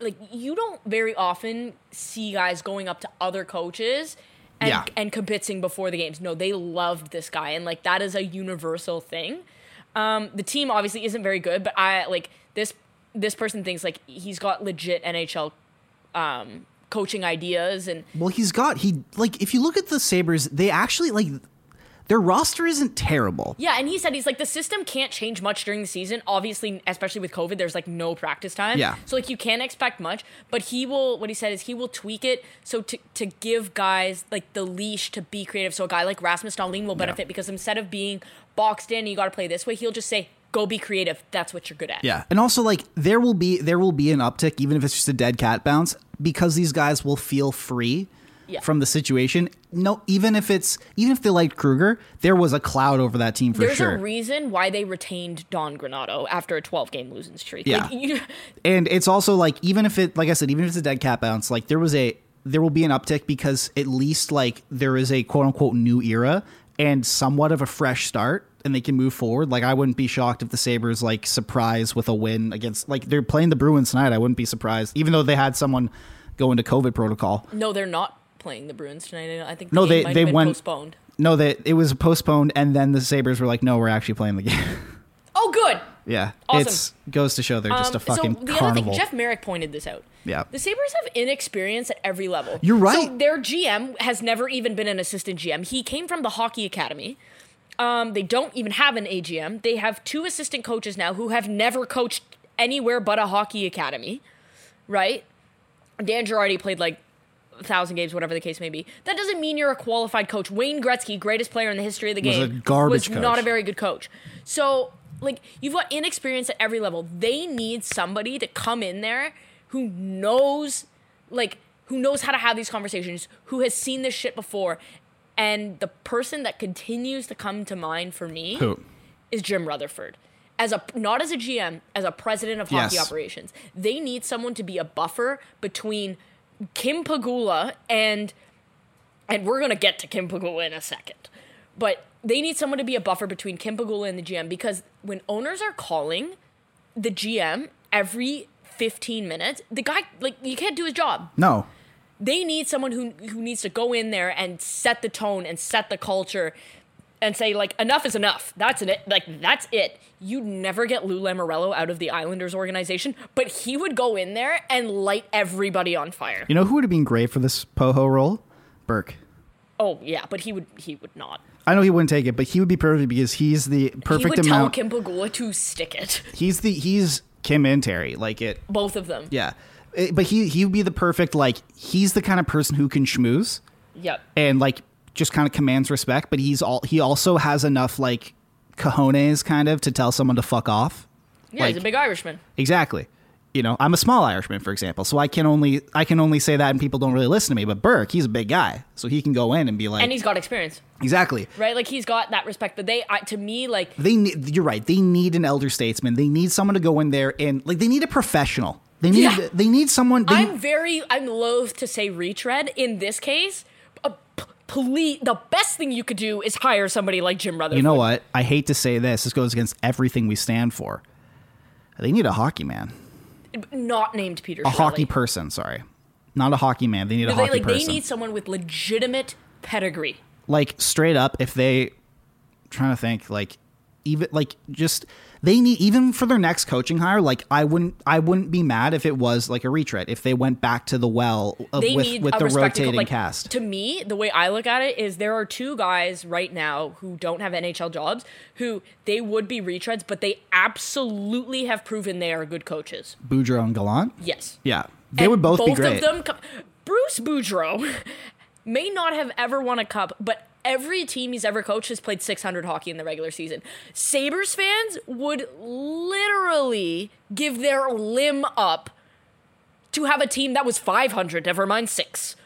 Speaker 2: like you don't very often see guys going up to other coaches and
Speaker 1: Yeah.
Speaker 2: and competing before the games. No, they loved this guy and like that is a universal thing. Um the team obviously isn't very good, but I like this this person thinks like he's got legit NHL um coaching ideas and
Speaker 1: Well, he's got he like if you look at the Sabres, they actually like their roster isn't terrible.
Speaker 2: yeah, and he said he's like the system can't change much during the season. Obviously, especially with COVID, there's like no practice time.
Speaker 1: Yeah.
Speaker 2: So like you can't expect much, but he will. What he said is he will tweak it so to to give guys like the leash to be creative. So a guy like Rasmus Dahlin will benefit because instead of being boxed in, and you got to play this way. He'll just say, "Go be creative. That's what you're good at."
Speaker 1: Yeah. And also like there will be there will be an uptick even if it's just a dead cat bounce because these guys will feel free
Speaker 2: Yeah.
Speaker 1: from the situation. No, even if it's even if they liked Kruger, there was a cloud over that team for
Speaker 2: There's
Speaker 1: sure.
Speaker 2: a reason why they retained Don Granado after a 12 game losing streak.
Speaker 1: Yeah.
Speaker 2: Like, [laughs] you-
Speaker 1: and it's also like even if it like I said even if it's a dead cat bounce, like there was a there will be an uptick because at least like there is a quote unquote new era and somewhat of a fresh start and they can move forward. Like I wouldn't be shocked if the Sabres like surprise with a win against like they're playing the Bruins tonight. I wouldn't be surprised, even though they had someone go into COVID protocol.
Speaker 2: No, they're not playing the Bruins tonight. I think the
Speaker 1: No,
Speaker 2: game
Speaker 1: they-
Speaker 2: might have
Speaker 1: they
Speaker 2: been
Speaker 1: went-
Speaker 2: postponed.
Speaker 1: No, they it was postponed, and then the Sabres were like, "No, we're actually playing the game." [laughs]
Speaker 2: Oh, good.
Speaker 1: yeah,
Speaker 2: Awesome.
Speaker 1: it's goes to show they're just
Speaker 2: Um,
Speaker 1: a fucking
Speaker 2: so the other
Speaker 1: carnival.
Speaker 2: thing, Jeff Merrick pointed this out.
Speaker 1: Yeah.
Speaker 2: the Sabers have inexperience at every level.
Speaker 1: You're
Speaker 2: So
Speaker 1: right.
Speaker 2: their GM has never even been an assistant GM. He came from the hockey academy. Um, they don't even have an AGM. They have two assistant coaches now who have never coached anywhere but a hockey academy, right? Dan Girardi played like a thousand games, whatever the case may be. That doesn't mean you're a qualified coach. Wayne Gretzky, greatest player in the history of the
Speaker 1: Was
Speaker 2: game,
Speaker 1: a garbage
Speaker 2: was
Speaker 1: coach.
Speaker 2: not a very good coach. So like you've got inexperience at every level. They need somebody to come in there who knows like who knows how to have these conversations, who has seen this shit before. And the person that continues to come to mind for me
Speaker 1: Who?
Speaker 2: is Jim Rutherford. As a not as a GM, as a president of hockey
Speaker 1: Yes.
Speaker 2: operations. They need someone to be a buffer between Kim Pagula and and we're gonna get to Kim Pagula in a second. But they need someone to be a buffer between Kim Pagula and the GM because when owners are calling the GM every 15 minutes, the guy like you can't do his job
Speaker 1: no,
Speaker 2: they need someone who who needs to go in there and set the tone and set the culture and say like enough is enough that's it like that's it you'd never get lou lamorello out of the islanders organization but he would go in there and light everybody on fire
Speaker 1: you know who would have been great for this Poho role? Burke.
Speaker 2: oh yeah but he would he would not
Speaker 1: I know he wouldn't take it, but he would be perfect because he's the
Speaker 2: he
Speaker 1: perfect
Speaker 2: would
Speaker 1: amount.
Speaker 2: tell kim pagula to stick it [laughs]
Speaker 1: he's the he's Kim and Terry. Like it,
Speaker 2: both of them
Speaker 1: yeah. It- but he he would be the perfect like he's the kind of person who can schmooze
Speaker 2: yep
Speaker 1: and like just kind of commands respect. But he's all he also has enough like cojones kind of to tell someone to fuck off.
Speaker 2: yeah he's
Speaker 1: like-
Speaker 2: a big irishman
Speaker 1: Exactly. You know, I'm a small Irishman, for example, so I can only I can only say that, and people don't really listen to me. But Burke, he's a big guy, so he can go in and be like,
Speaker 2: and he's got experience
Speaker 1: exactly.
Speaker 2: right like he's got that respect but they I, to me like
Speaker 1: They need. You're right. They need an elder statesman. They need someone to go in there and like they need a professional. They need.
Speaker 2: Yeah.
Speaker 1: They need someone. They,
Speaker 2: I'm very I'm loath to say retread in this case. A p- ple- the best thing you could do is hire somebody like Jim Rutherford.
Speaker 1: you know what? I hate to say this. This goes against everything we stand for. They need a hockey man,
Speaker 2: not named Peter.
Speaker 1: a hockey person. Sorry, not a hockey man. They need a
Speaker 2: They,
Speaker 1: hockey
Speaker 2: like
Speaker 1: person.
Speaker 2: they need someone with legitimate pedigree.
Speaker 1: like straight up if they trying to think like even like just they need even for their next coaching hire like i wouldn't i wouldn't be mad if it was like a retread if they went back to the well of,
Speaker 2: They
Speaker 1: with
Speaker 2: need
Speaker 1: with
Speaker 2: a
Speaker 1: the
Speaker 2: respectable-
Speaker 1: rotating
Speaker 2: like,
Speaker 1: cast
Speaker 2: To me, the way I look at it is there are two guys right now who don't have NHL jobs who they would be retreads, but they absolutely have proven they are good coaches.
Speaker 1: Boudreaux and gallant
Speaker 2: Yes.
Speaker 1: yeah they
Speaker 2: And
Speaker 1: would both, be
Speaker 2: Of
Speaker 1: great
Speaker 2: them co- Bruce Boudreau [laughs] may not have ever won a cup, but every team he's ever coached has played 600 hockey in the regular season. Sabres fans would literally give their limb up to have a team that was 500, never mind six.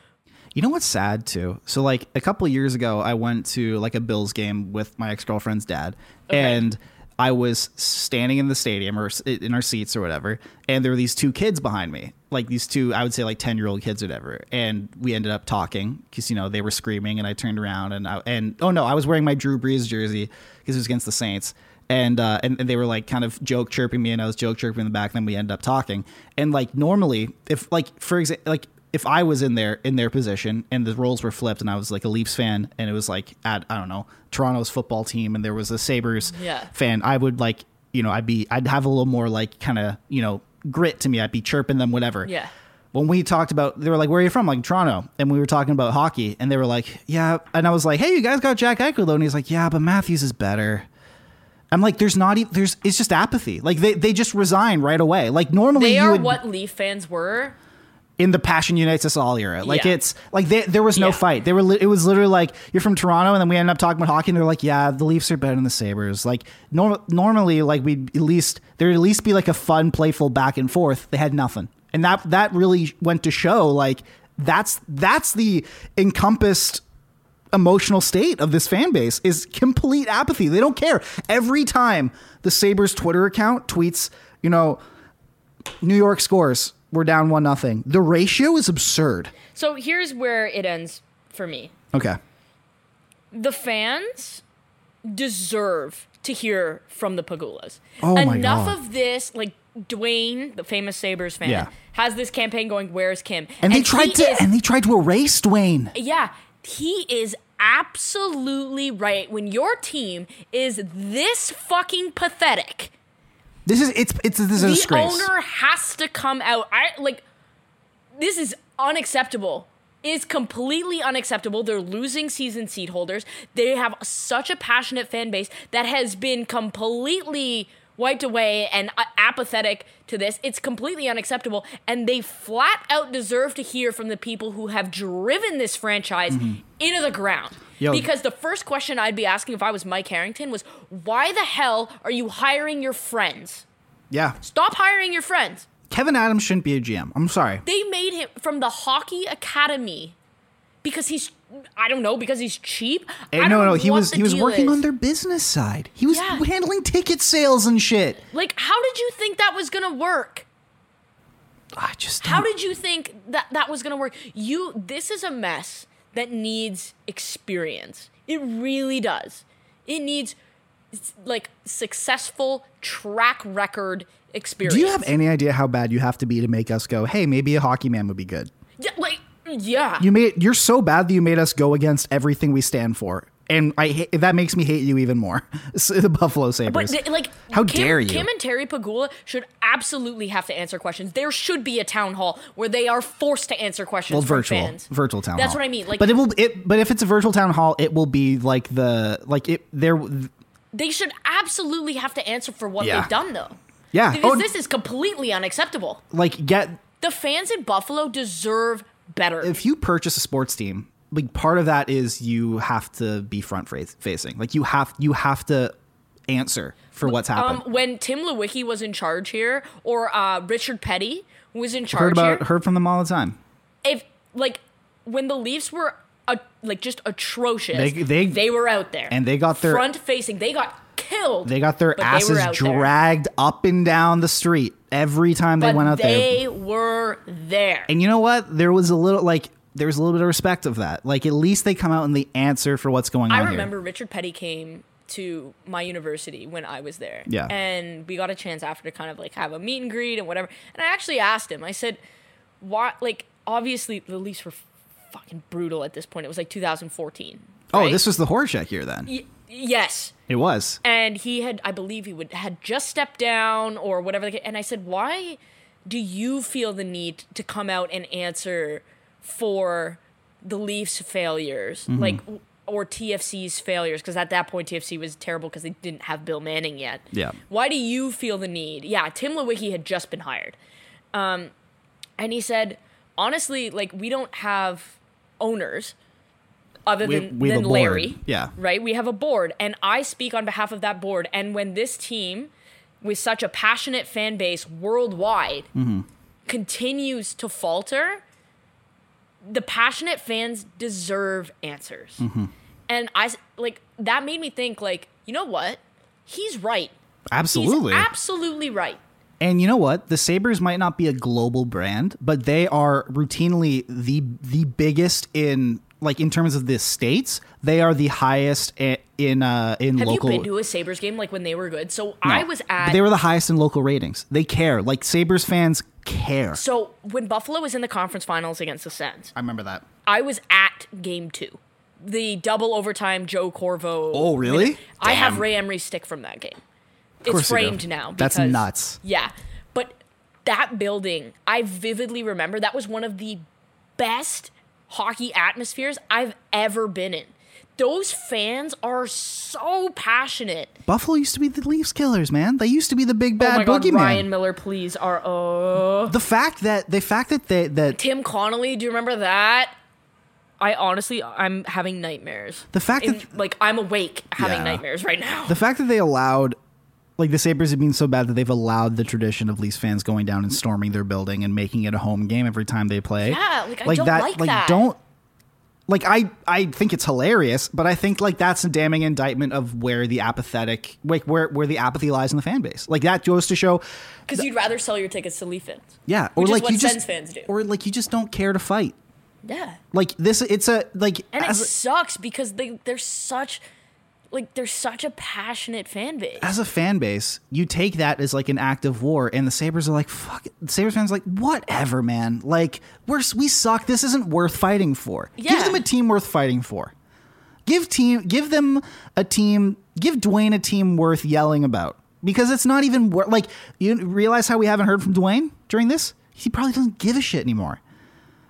Speaker 1: you know what's sad too so like a couple of years ago i went to like a bills game with my ex-girlfriend's dad and i was standing in the stadium or s- in our seats or whatever and there were these two kids behind me like these two i would say like 10 year old kids or whatever and we ended up talking because you know they were screaming and i turned around and I, and oh no i was wearing my drew brees jersey because it was against the saints and, uh, and and they were like kind of joke chirping me, and I was joke chirping in the back. And then we ended up talking. And like normally, if like for example, like if I was in their in their position and the roles were flipped, and I was like a Leafs fan, and it was like at I don't know Toronto's football team, and there was a Sabers
Speaker 2: Yeah.
Speaker 1: fan, I would like you know I'd be I'd have a little more like kind of you know grit to me. I'd be chirping them, whatever
Speaker 2: Yeah.
Speaker 1: when we talked about they were like where are you from like toronto and we were talking about hockey and they were like yeah and i was like hey you guys got jack eichel though and he's like yeah but matthews is better i'm like there's not even there's it's just apathy like they, they just resign right away like normally
Speaker 2: They
Speaker 1: you
Speaker 2: are
Speaker 1: would,
Speaker 2: what Leaf fans were.
Speaker 1: in the passion unites us all era like
Speaker 2: Yeah.
Speaker 1: it's like they, there was no
Speaker 2: Yeah.
Speaker 1: fight they were li- it was literally like you're from toronto and then we ended up talking about hockey and they're like yeah the leafs are better than the sabres like norm- normally like we'd at least there'd at least be like a fun playful back and forth they had nothing and that that really went to show like that's that's the encompassed emotional state of this fan base is complete apathy they don't care every time the sabres twitter account tweets you know New York scores. We're down one nothing. The ratio is absurd.
Speaker 2: So here's where it ends for me.
Speaker 1: Okay.
Speaker 2: The fans deserve to hear from the Pagulas.
Speaker 1: Oh my
Speaker 2: Enough
Speaker 1: God.
Speaker 2: of this, like Dwayne, the famous Sabres fan,
Speaker 1: Yeah.
Speaker 2: has this campaign going, Where's Kim?
Speaker 1: And they
Speaker 2: he
Speaker 1: tried to
Speaker 2: is-
Speaker 1: and they tried to erase Dwayne.
Speaker 2: yeah, he is absolutely right. When your team is this fucking pathetic,
Speaker 1: This is it's it's this is a
Speaker 2: the
Speaker 1: disgrace.
Speaker 2: owner has to come out. I like this is unacceptable. It's completely unacceptable. They're losing season seat holders. They have such a passionate fan base that has been completely wiped away and uh, apathetic to this. It's completely unacceptable and they flat out deserve to hear from the people who have driven this franchise into the ground.
Speaker 1: Mm-hmm. Yo.
Speaker 2: Because the first question I'd be asking if I was Mike Harrington was why the hell are you hiring your friends?
Speaker 1: yeah,
Speaker 2: Stop hiring your friends.
Speaker 1: Kevin Adams shouldn't be a GM. I'm sorry.
Speaker 2: They made him from the hockey academy because he's I don't know because he's cheap. I
Speaker 1: Eh,
Speaker 2: don't
Speaker 1: no, no,
Speaker 2: know
Speaker 1: he
Speaker 2: what
Speaker 1: was
Speaker 2: the
Speaker 1: he was
Speaker 2: deal
Speaker 1: working
Speaker 2: is.
Speaker 1: on their business side. He was
Speaker 2: Yeah.
Speaker 1: handling ticket sales and shit.
Speaker 2: like. How did you think that was gonna work?
Speaker 1: I just
Speaker 2: How
Speaker 1: don't-
Speaker 2: did you think that that was gonna work? You this is a mess that needs experience. It really does. It needs s- like successful track record experience.
Speaker 1: Do you have any idea how bad you have to be to make us go, "Hey, maybe a hockey man would be good"?
Speaker 2: Yeah, like yeah.
Speaker 1: You made you're so bad that you made us go against everything we stand for, and I hate, that makes me hate you even more. [laughs] So the Buffalo
Speaker 2: But
Speaker 1: Sabres.
Speaker 2: th- like,
Speaker 1: How
Speaker 2: Kim,
Speaker 1: dare you?
Speaker 2: Kim and Terry Pagula should absolutely have to answer questions. There should be a town hall where they are forced to answer questions.
Speaker 1: well,
Speaker 2: from
Speaker 1: virtual,
Speaker 2: fans.
Speaker 1: virtual town.
Speaker 2: That's
Speaker 1: hall.
Speaker 2: what I mean. Like,
Speaker 1: but it will. It but if it's a virtual town hall, it will be like the like it there.
Speaker 2: they should absolutely have to answer for what
Speaker 1: Yeah.
Speaker 2: they've done, though.
Speaker 1: Yeah.
Speaker 2: because
Speaker 1: Oh,
Speaker 2: this is completely unacceptable.
Speaker 1: Like get
Speaker 2: The fans in Buffalo deserve better.
Speaker 1: if you purchase a sports team, like part of that is you have to be front fa- facing. Like you have you have to answer for what's happened.
Speaker 2: um, when Tim Lewicki was in charge here, or uh, Richard Petty was in charge
Speaker 1: heard about
Speaker 2: here,
Speaker 1: heard from them all the time.
Speaker 2: if like when the Leafs were uh, like just atrocious,
Speaker 1: They-
Speaker 2: they,
Speaker 1: they-
Speaker 2: were out there
Speaker 1: and they got their-
Speaker 2: front facing. They got killed.
Speaker 1: They got their
Speaker 2: but they
Speaker 1: asses
Speaker 2: were out there.
Speaker 1: dragged up and down the street every time they
Speaker 2: But
Speaker 1: went out there.
Speaker 2: They were there.
Speaker 1: And you know what? There was a little like there was a little bit of respect of that. Like at least they come out and they answer for what's going
Speaker 2: I
Speaker 1: on
Speaker 2: remember Richard Petty came to my university when I was there.
Speaker 1: Yeah.
Speaker 2: And we got a chance after to kind of like have a meet and greet and whatever. And I actually asked him, I said, why, like, obviously the Leafs were fucking brutal at this point. It was like 2014.
Speaker 1: here. Oh,
Speaker 2: right?
Speaker 1: this was the Horseshack year then.
Speaker 2: Y- yes.
Speaker 1: It was.
Speaker 2: and he had i believe he would had just stepped down or whatever the ca- and i said why do you feel the need to come out and answer for the leafs failures like or tfc's failures because at that point tfc was terrible because they didn't have bill manning yet
Speaker 1: Yeah.
Speaker 2: why do you feel the need yeah tim lewicki had just been hired um, and he said honestly like we don't have owners other
Speaker 1: We-
Speaker 2: than,
Speaker 1: we have a
Speaker 2: than
Speaker 1: board.
Speaker 2: larry
Speaker 1: Yeah.
Speaker 2: right? We have a board, and I speak on behalf of that board. And when this team, with such a passionate fan base worldwide,
Speaker 1: Mm-hmm.
Speaker 2: continues to falter, the passionate fans deserve answers.
Speaker 1: Mm-hmm.
Speaker 2: And I s- like that made me think, like, you know what? He's right.
Speaker 1: Absolutely.
Speaker 2: He's absolutely right.
Speaker 1: And you know what? The Sabres might not be a global brand, but they are routinely the the biggest in like in terms of the states. They are the highest i- in uh in
Speaker 2: Have
Speaker 1: local
Speaker 2: you been to a Sabres game like when they were good? So
Speaker 1: No.
Speaker 2: I was at
Speaker 1: But they were the highest in local ratings. They care. Like Sabres fans care.
Speaker 2: so when Buffalo was in the conference finals against the Sens,
Speaker 1: I remember that.
Speaker 2: I was at game two, the double overtime Joe Corvo.
Speaker 1: Oh, really?
Speaker 2: I have Ray Emery's stick from that game. It's
Speaker 1: course you do.
Speaker 2: framed now.
Speaker 1: That's
Speaker 2: because-
Speaker 1: nuts.
Speaker 2: Yeah, but that building, I vividly remember that was one of the best hockey atmospheres I've ever been in. Those fans are so passionate.
Speaker 1: Buffalo used to be the Leafs killers, man. They used to be the big
Speaker 2: oh
Speaker 1: bad
Speaker 2: my god,
Speaker 1: boogeyman.
Speaker 2: Ryan Miller, please are oh.
Speaker 1: the fact that the fact that they that
Speaker 2: Tim Connolly, do you remember that? I honestly, I'm having nightmares.
Speaker 1: The fact
Speaker 2: In-
Speaker 1: that-
Speaker 2: like, I'm awake having
Speaker 1: Yeah.
Speaker 2: nightmares right now.
Speaker 1: the fact that they allowed like the Sabres have been so bad that they've allowed the tradition of Leafs fans going down and storming their building and making it a home game every time they play.
Speaker 2: Yeah, like, I don't like that.
Speaker 1: don't like I I think it's hilarious, but I think like that's a damning indictment of where the apathetic like where where the apathy lies in the fan base. Like that goes to show
Speaker 2: Because you'd rather sell your tickets to Leaf fans.
Speaker 1: yeah, or
Speaker 2: Which is
Speaker 1: like
Speaker 2: what
Speaker 1: you just
Speaker 2: Sens fans do.
Speaker 1: or like you just don't care to fight.
Speaker 2: Yeah.
Speaker 1: Like this it's a like
Speaker 2: And it
Speaker 1: as-
Speaker 2: sucks because they, they're such, Like they're such a passionate fan base.
Speaker 1: as a fan base, you take that as like an act of war, and the Sabers are like, "Fuck!" it." The Sabers fans are like, "Whatever, man. Like we're we suck. This isn't worth fighting for.
Speaker 2: Yeah.
Speaker 1: Give them a team worth fighting for. Give team. Give them a team. Give Dwayne a team worth yelling about because it's not even worth. Like you realize how we haven't heard from Dwayne during this. He probably doesn't give a shit anymore,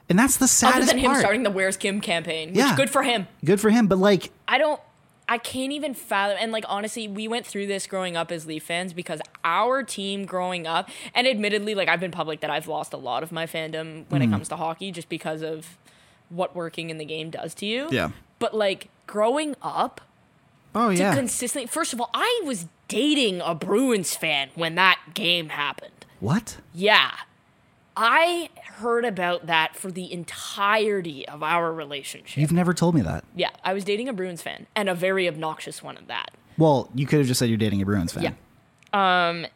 Speaker 1: and that's the saddest
Speaker 2: Other than him
Speaker 1: part.
Speaker 2: starting the Where's Kim campaign, which
Speaker 1: Yeah.
Speaker 2: good for him.
Speaker 1: Good for him, but like
Speaker 2: I don't I can't even fathom and like honestly, we went through this growing up as Leaf fans because our team growing up and admittedly like I've been public that I've lost a lot of my fandom
Speaker 1: Mm.
Speaker 2: when it comes to hockey just because of what working in the game does to you.
Speaker 1: Yeah.
Speaker 2: But like growing up
Speaker 1: oh
Speaker 2: to
Speaker 1: yeah,
Speaker 2: consistently first of all, I was dating a Bruins fan when that game happened.
Speaker 1: what?
Speaker 2: Yeah. I heard about that for the entirety of our relationship.
Speaker 1: You've never told me that.
Speaker 2: Yeah, I was dating a Bruins fan and a very obnoxious one at that.
Speaker 1: Well, you could have just said you're dating a Bruins fan.
Speaker 2: Yeah. Um,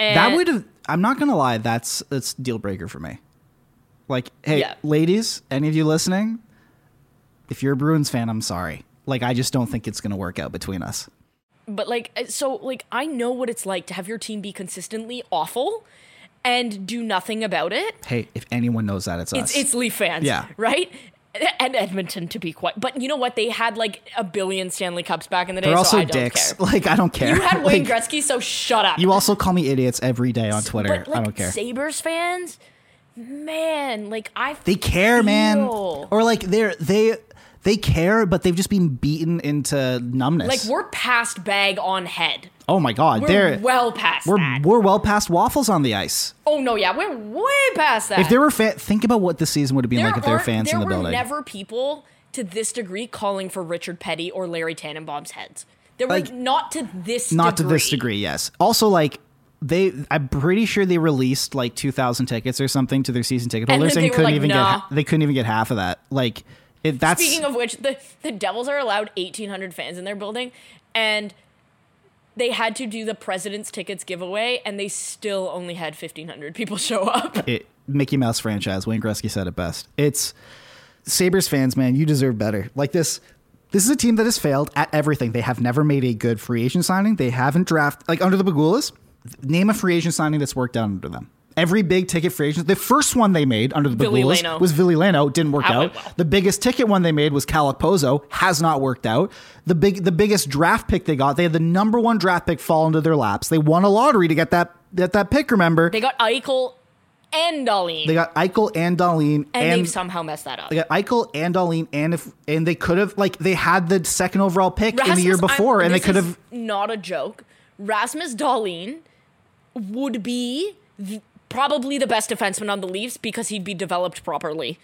Speaker 2: and
Speaker 1: That would have. I'm not gonna lie. That's that's deal breaker for me. Like, hey,
Speaker 2: Yeah.
Speaker 1: ladies, any of you listening, if you're a Bruins fan, I'm sorry. Like, I just don't think it's gonna work out between us.
Speaker 2: but like, uh, so like, I know what it's like to have your team be consistently awful and do nothing about it.
Speaker 1: Hey, if anyone knows that, it's,
Speaker 2: It's
Speaker 1: us.
Speaker 2: it's Leaf fans,
Speaker 1: Yeah.
Speaker 2: right? And Edmonton, to be quite. But you know what? They had like a billion Stanley Cups back in the day,
Speaker 1: They're
Speaker 2: so
Speaker 1: also
Speaker 2: I don't
Speaker 1: dicks.
Speaker 2: care.
Speaker 1: [laughs] Like, I don't care.
Speaker 2: You had Wayne
Speaker 1: Like,
Speaker 2: Gretzky, so shut up.
Speaker 1: You also call me idiots every day on Twitter.
Speaker 2: But like
Speaker 1: I don't care.
Speaker 2: Sabres fans, man, like I
Speaker 1: they care, man.
Speaker 2: feel-
Speaker 1: Or like they're they they care, but they've just been beaten into numbness.
Speaker 2: like we're past bag on head.
Speaker 1: oh my god,
Speaker 2: We're
Speaker 1: they're
Speaker 2: well past
Speaker 1: we're
Speaker 2: that.
Speaker 1: we're well past waffles on the ice.
Speaker 2: oh no, yeah, we're way past that.
Speaker 1: If there were fa- think about what the season would have been
Speaker 2: There
Speaker 1: like if there were
Speaker 2: aren't-
Speaker 1: fans
Speaker 2: there
Speaker 1: in the
Speaker 2: were
Speaker 1: building.
Speaker 2: never people to this degree calling for Richard Petty or Larry Tannenbaum's heads. There were
Speaker 1: Like,
Speaker 2: not to this
Speaker 1: Not
Speaker 2: degree.
Speaker 1: to this degree, yes. Also, like they, I'm pretty sure they released like 2,000 tickets or something to their season ticket
Speaker 2: And
Speaker 1: holders, and,
Speaker 2: then they were
Speaker 1: couldn't
Speaker 2: like,
Speaker 1: even get
Speaker 2: "Nah."
Speaker 1: ha- they couldn't even get half of that. Like it, that's
Speaker 2: Speaking of which, the, the Devils are allowed 1,800 fans in their building, and they had to do the President's Tickets giveaway, and they still only had 1,500 people
Speaker 1: [laughs]
Speaker 2: show up.
Speaker 1: it, Mickey Mouse franchise. Wayne Gretzky said it best. It's Sabres fans, man, you deserve better. Like this. This is a team that has failed at everything. They have never made a good free agent signing. They haven't drafted like under the Bagulas. Name a free agent signing that's worked out under them. Every big ticket free agent. The first one they made under the
Speaker 2: Billy
Speaker 1: Bagulas
Speaker 2: Leno.
Speaker 1: was Billy Lano. Didn't work
Speaker 2: That
Speaker 1: out.
Speaker 2: went well.
Speaker 1: The biggest ticket one they made was Calipozo. Has not worked out. The big, the biggest draft pick they got. They had the number one draft pick fall into their laps. They won a lottery to get that get that pick. Remember,
Speaker 2: They got Eichel and Darlene,
Speaker 1: they got Eichel and Darlene,
Speaker 2: and,
Speaker 1: and
Speaker 2: they've somehow messed that up.
Speaker 1: they got Eichel and Darlene, and if and they could have like they had the second overall pick in the year
Speaker 2: Rasmus- I'm-
Speaker 1: before, and they
Speaker 2: this
Speaker 1: could
Speaker 2: is
Speaker 1: have
Speaker 2: not a joke. Rasmus Dahlin would be th- probably the best defenseman on the Leafs because he'd be developed properly.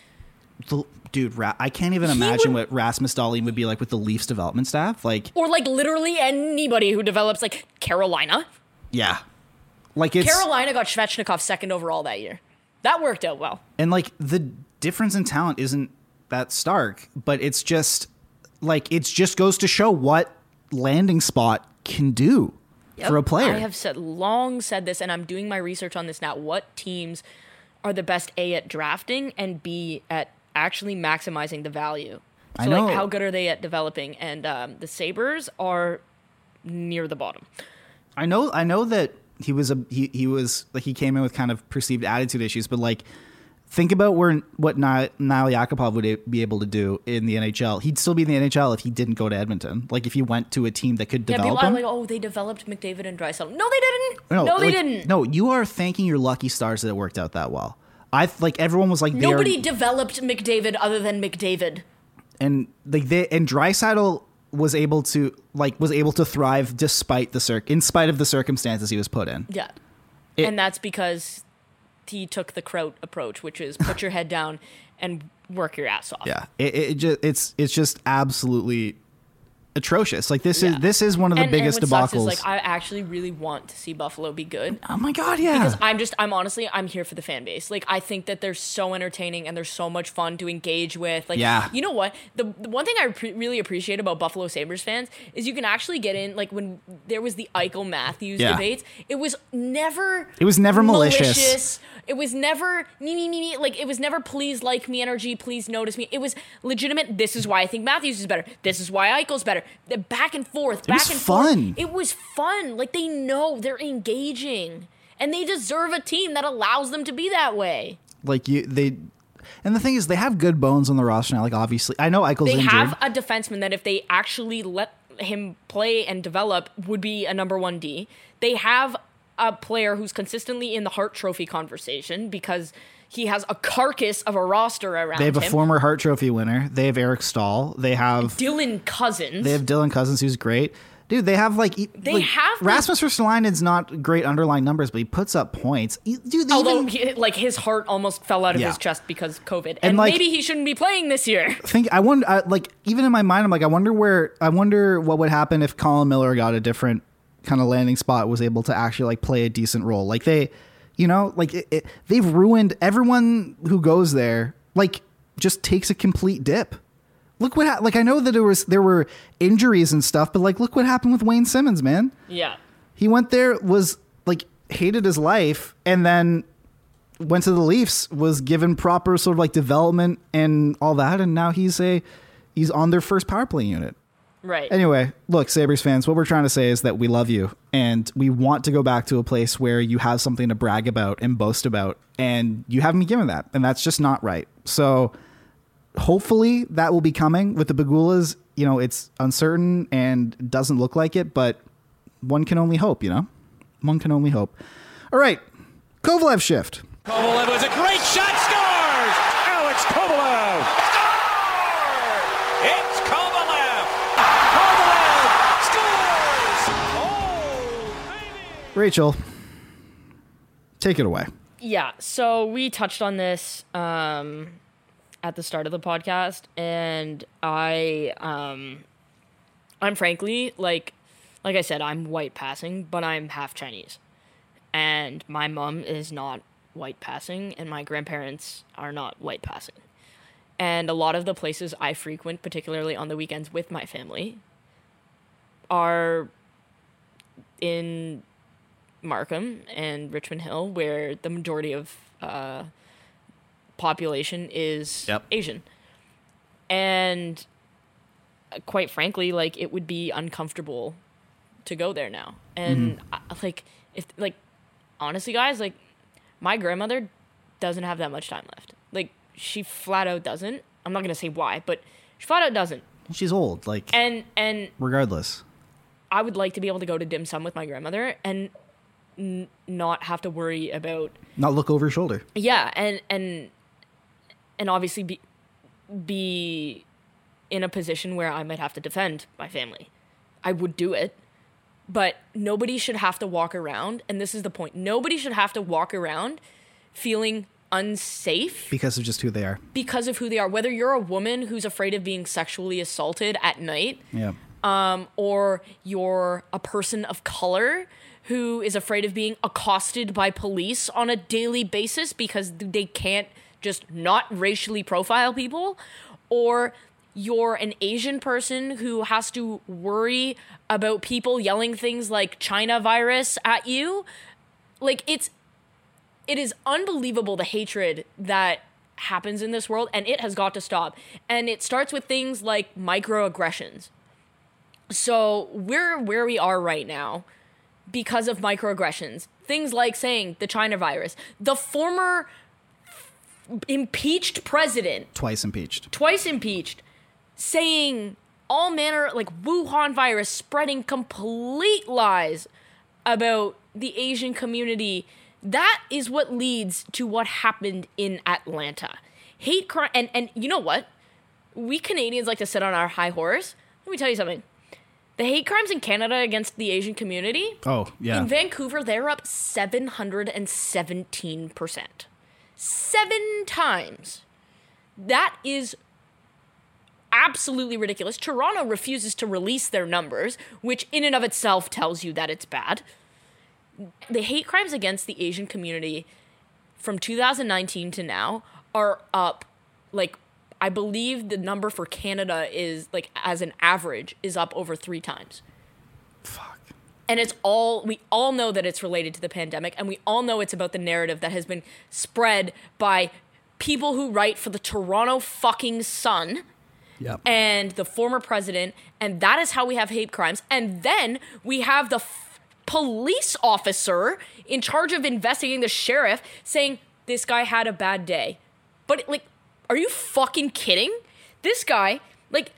Speaker 1: dude. Ra- I can't even imagine what Rasmus Darlene would be like with the Leafs development staff. Like,
Speaker 2: Or like literally anybody who develops like Carolina.
Speaker 1: yeah, like it's
Speaker 2: Carolina got Svechnikov second overall that year. That worked out well.
Speaker 1: and like the difference in talent isn't that stark, but it's just like it's just goes to show what landing spot can do for a player.
Speaker 2: I have said long said this, and I'm doing my research on this now. What teams are the best A at drafting and B at actually maximizing the value? So
Speaker 1: I know.
Speaker 2: like how good are they at developing? And um, the Sabres are near the bottom.
Speaker 1: I know I know that he was a he, he was like he came in with kind of perceived attitude issues, but like think about where what Ni- Niall Yakupov would a- be able to do in the NHL. He'd still be in the NHL if he didn't go to Edmonton. Like if he went to a team that could
Speaker 2: Yeah, people
Speaker 1: develop
Speaker 2: are
Speaker 1: him.
Speaker 2: like, oh, they developed McDavid and Drysdale. No, they didn't. No, they
Speaker 1: like,
Speaker 2: didn't.
Speaker 1: No, you are thanking your lucky stars that it worked out that well. I like everyone was like they are-
Speaker 2: Nobody developed McDavid other than McDavid.
Speaker 1: and like they and Drysaddle was able to like was able to thrive despite the circ in spite of the circumstances he was put in.
Speaker 2: Yeah.
Speaker 1: It-
Speaker 2: and that's because he took the Kraut approach, which is put your head down and work your ass off.
Speaker 1: Yeah, it, it, just it's it's just absolutely atrocious. Like this is
Speaker 2: Yeah.
Speaker 1: this is one of the biggest
Speaker 2: what
Speaker 1: debacles.
Speaker 2: sucks is, like I actually really want to see Buffalo be good.
Speaker 1: oh my god, yeah.
Speaker 2: I'm just I'm honestly I'm here for the fan base. Like I think that they're so entertaining and they're so much fun to engage with. Like
Speaker 1: Yeah.
Speaker 2: you know what? The, the one thing I pre- really appreciate about Buffalo Sabres fans is you can actually get in like when there was the Eichel Matthews
Speaker 1: Yeah.
Speaker 2: debates, it was never
Speaker 1: It was never malicious.
Speaker 2: It was never me me me me. Like it was never please like me energy. Please notice me. It was legitimate. This is why I think Matthews is better. This is why Eichel's better. The back and forth. Back
Speaker 1: was
Speaker 2: and
Speaker 1: fun.
Speaker 2: forth. It was fun. Like they know they're engaging, and they deserve a team that allows them to be that way.
Speaker 1: Like you, they, and the thing is, they have good bones on the roster now. Like obviously, I know Eichel's
Speaker 2: they
Speaker 1: injured.
Speaker 2: have uh, a defenseman that if they actually let him play and develop would be a number one D. They have a player who's consistently in the Hart Trophy conversation because he has a carcass of a roster around
Speaker 1: they have a
Speaker 2: him.
Speaker 1: former Hart Trophy winner. They have Eric Stahl. They have
Speaker 2: Dylan Cousins.
Speaker 1: they have Dylan Cousins, who's great. Dude, they have like they
Speaker 2: have the-
Speaker 1: Rasmus Ristolainen's not great underlying numbers, but he puts up points. E- Dude, they
Speaker 2: Although,
Speaker 1: even
Speaker 2: he- like, his heart almost fell out of
Speaker 1: Yeah.
Speaker 2: his chest because of COVID, and,
Speaker 1: like-
Speaker 2: maybe he shouldn't be playing this year. [laughs]
Speaker 1: think I wonder, I, like, even in my mind, I'm like, I wonder where, I wonder what would happen if Colin Miller got a different kind of landing spot, was able to actually like play a decent role. Like they, you know, like it, it, they've ruined everyone who goes there. Like, just takes a complete dip. Look what, ha- like, I know that there was there were injuries and stuff, but like, look what happened with Wayne Simmons, man.
Speaker 2: Yeah,
Speaker 1: He went there, was like hated his life, and then went to the Leafs, was given proper sort of like development and all that, and now he's a he's on their first power play unit.
Speaker 2: right.
Speaker 1: Anyway, look, Sabres fans, what we're trying to say is that we love you and we want to go back to a place where you have something to brag about and boast about, and you haven't been given that, and that's just not right. So hopefully that will be coming with the Bagulas. You know, it's uncertain and doesn't look like it, but one can only hope, you know? One can only hope. All right, Kovalev shift.
Speaker 4: Kovalev was a great shot, scores! Alex Kovalev! Scores! It's Kovalev! Kovalev scores! Oh, baby!
Speaker 1: Rachel, take it away.
Speaker 2: Yeah, so we touched on this um, at the start of the podcast, and I, um, I'm frankly like, like I said, I'm white passing, but I'm half Chinese, and my mom is not white passing, and my grandparents are not white passing, and a lot of the places I frequent, particularly on the weekends with my family, are in Markham and Richmond Hill, where the majority of uh, population is
Speaker 4: Yep.
Speaker 2: Asian, and uh, quite frankly, like it would be uncomfortable to go there now. And I, like, if like honestly, guys, like my grandmother doesn't have that much time left. Like she flat out doesn't. I'm not gonna say why, but she flat out doesn't.
Speaker 1: She's old, like,
Speaker 2: And and
Speaker 1: regardless.
Speaker 2: I would like to be able to go to dim sum with my grandmother and n- not have to worry about
Speaker 1: Not look over your shoulder.
Speaker 2: yeah and and and obviously be be in a position where I might have to defend my family. I would do it, but nobody should have to walk around and this is the point. Nobody should have to walk around feeling unsafe
Speaker 1: because of just who they are.
Speaker 2: because of who they are. Whether you're a woman who's afraid of being sexually assaulted at night
Speaker 1: Yeah.
Speaker 2: or you're a person of color who is afraid of being accosted by police on a daily basis because they can't just not racially profile people, or you're an Asian person who has to worry about people yelling things like China virus at you. Like, it's. It is unbelievable the hatred that happens in this world, and it has got to stop. And it starts with things like microaggressions so we're where we are right now because of microaggressions things like saying the china virus the former impeached president
Speaker 1: Twice impeached.
Speaker 2: twice impeached, saying all manner like Wuhan virus spreading complete lies about the Asian community. That is what leads to what happened in Atlanta. Hate crime and and you know what? We Canadians like to sit on our high horse. Let me tell you something. The hate crimes in Canada against the Asian community
Speaker 1: Oh, yeah.
Speaker 2: in Vancouver, they're up 717%. Seven times. That is absolutely ridiculous. Toronto refuses to release their numbers, which in and of itself tells you that it's bad. The hate crimes against the Asian community from 2019 to now are up like I believe the number for Canada is like as an average is up over 3 times and it's all we all know that it's related to the pandemic and we all know it's about the narrative that has been spread by people who write for the Toronto fucking Sun
Speaker 1: Yep.
Speaker 2: and the former president, and that is how we have hate crimes. And then we have the f- police officer in charge of investigating the sheriff saying this guy had a bad day. But like, are you fucking kidding? This guy, like,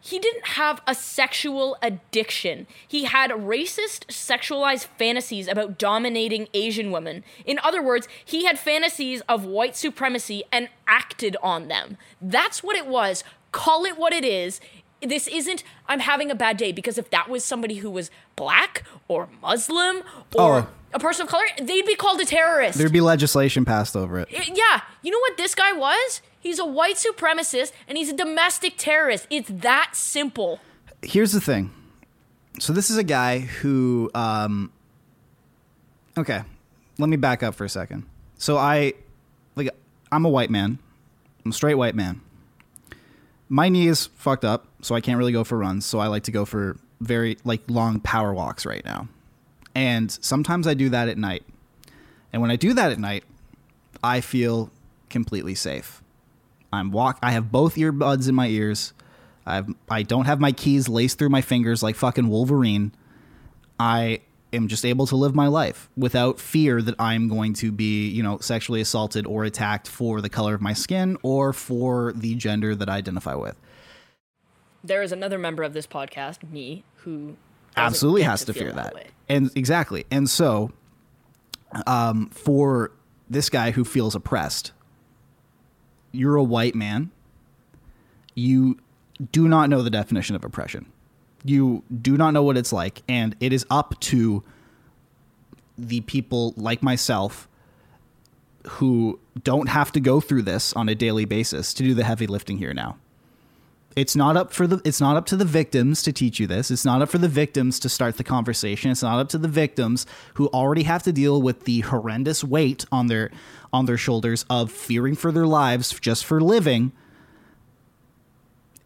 Speaker 2: he didn't have a sexual addiction. He had racist, sexualized fantasies about dominating Asian women. In other words, he had fantasies of white supremacy and acted on them. That's what it was. Call it what it is. This isn't, I'm having a bad day, because if that was somebody who was black or Muslim or
Speaker 1: Oh.
Speaker 2: a person of color, they'd be called a terrorist.
Speaker 1: There'd be legislation passed over it.
Speaker 2: Y- yeah, you know what this guy was? He's a white supremacist and he's a domestic terrorist. It's that simple.
Speaker 1: here's the thing. So this is a guy who, um, okay, let me back up for a second. So I, like, I'm a white man. I'm a straight white man. My knee is fucked up, so I can't really go for runs. So I like to go for very like long power walks right now, and sometimes I do that at night. And when I do that at night, I feel completely safe. I'm walk. I have both earbuds in my ears. I've I don't have my keys laced through my fingers like fucking Wolverine. I am just able to live my life without fear that I'm going to be, you know, sexually assaulted or attacked for the color of my skin or for the gender that I identify with.
Speaker 2: there is another member of this podcast, me, who doesn't
Speaker 1: absolutely
Speaker 2: get
Speaker 1: has to
Speaker 2: feel
Speaker 1: fear that.
Speaker 2: way.
Speaker 1: And exactly. And so um, for this guy who feels oppressed, you're a white man. You do not know the definition of oppression. You do not know what it's like and it is up to the people like myself who don't have to go through this on a daily basis to do the heavy lifting here now it's not up for the it's not up to the victims to teach you this it's not up for the victims to start the conversation it's not up to the victims who already have to deal with the horrendous weight on their on their shoulders of fearing for their lives just for living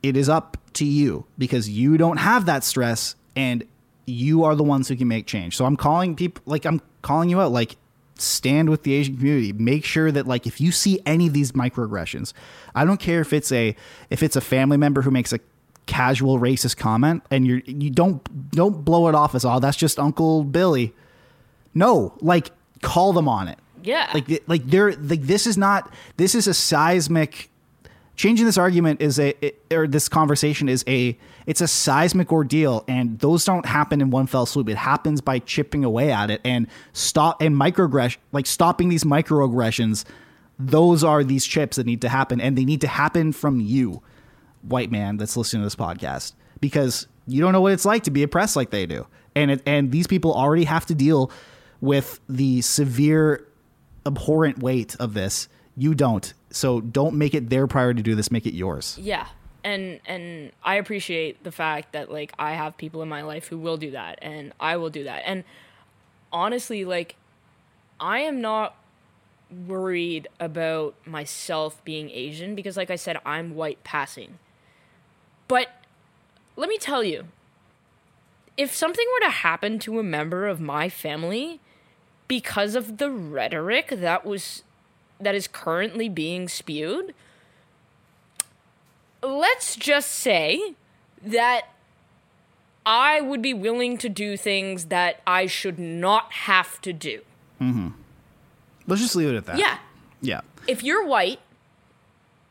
Speaker 1: it is up to you because you don't have that stress and you are the ones who can make change. So I'm calling people like I'm calling you out like stand with the Asian community. Make sure that like if you see any of these microaggressions, I don't care if it's a if it's a family member who makes a casual racist comment and you're you don't don't blow it off as all that's just Uncle Billy. No, like call them on it.
Speaker 2: Yeah.
Speaker 1: Like th- like they're like this is not this is a seismic changing this argument is a it- or this conversation is a it's a seismic ordeal and those don't happen in one fell swoop it happens by chipping away at it and stop and microaggression like stopping these microaggressions those are these chips that need to happen and they need to happen from you white man that's listening to this podcast because you don't know what it's like to be oppressed like they do and it, and these people already have to deal with the severe abhorrent weight of this you don't so don't make it their priority to do this make it yours
Speaker 2: Yeah. And and I appreciate the fact that like I have people in my life who will do that and I will do that. And honestly, like I am not worried about myself being Asian because like I said I'm white passing. But let me tell you, if something were to happen to a member of my family because of the rhetoric that was that is currently being spewed, let's just say that I would be willing to do things that I should not have to do.
Speaker 1: let's just leave it at that
Speaker 2: Yeah.
Speaker 1: yeah
Speaker 2: If you're white,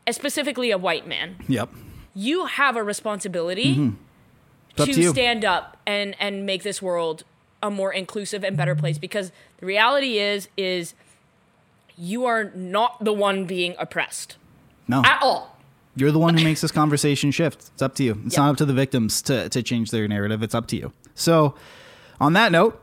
Speaker 2: and specifically a white man,
Speaker 1: yep
Speaker 2: you have a responsibility
Speaker 1: Mm-hmm. it's up
Speaker 2: to
Speaker 1: to you
Speaker 2: stand up and and make this world a more inclusive and better place because the reality is is you are not the one being oppressed
Speaker 1: no
Speaker 2: at all.
Speaker 1: you're the one who makes this conversation shift it's up to you it's
Speaker 2: Yeah.
Speaker 1: not up to the victims to, to change their narrative it's up to you so on that note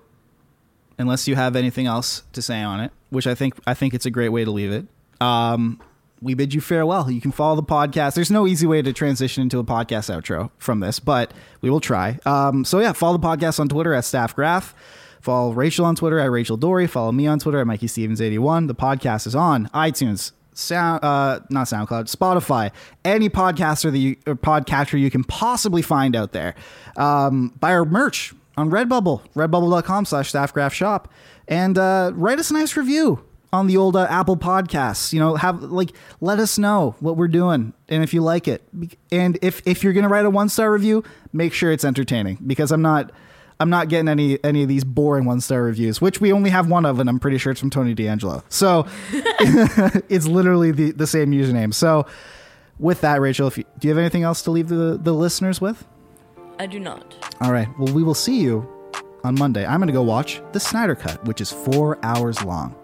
Speaker 1: unless you have anything else to say on it which i think i think it's a great way to leave it um we bid you farewell. You can follow the podcast. There's no easy way to transition into a podcast outro from this, but we will try. Um, so yeah, follow the podcast on Twitter at Staff Graph. Follow Rachel on Twitter at Rachel Dory. Follow me on Twitter at Mikey Stevens81. The podcast is on iTunes, Sound, uh, not SoundCloud, Spotify, any podcaster that you or podcatcher you can possibly find out there. Um, buy our merch on Redbubble, redbubble.com slash staffgraphshop, and uh, write us a nice review on the old uh, Apple Podcasts. You know, have like let us know what we're doing and if you like it. Be- And if if you're gonna write a one star review, make sure it's entertaining because I'm not I'm not getting any any of these boring one star reviews, which we only have one of, and I'm pretty sure it's from Tony D'Angelo. So [laughs] it's literally the the same username. So with that, Rachel, if you, do you have anything else to leave the the listeners with?
Speaker 2: I do not.
Speaker 1: All right. Well, we will see you on Monday. I'm going to go watch The Snyder Cut, which is four hours long.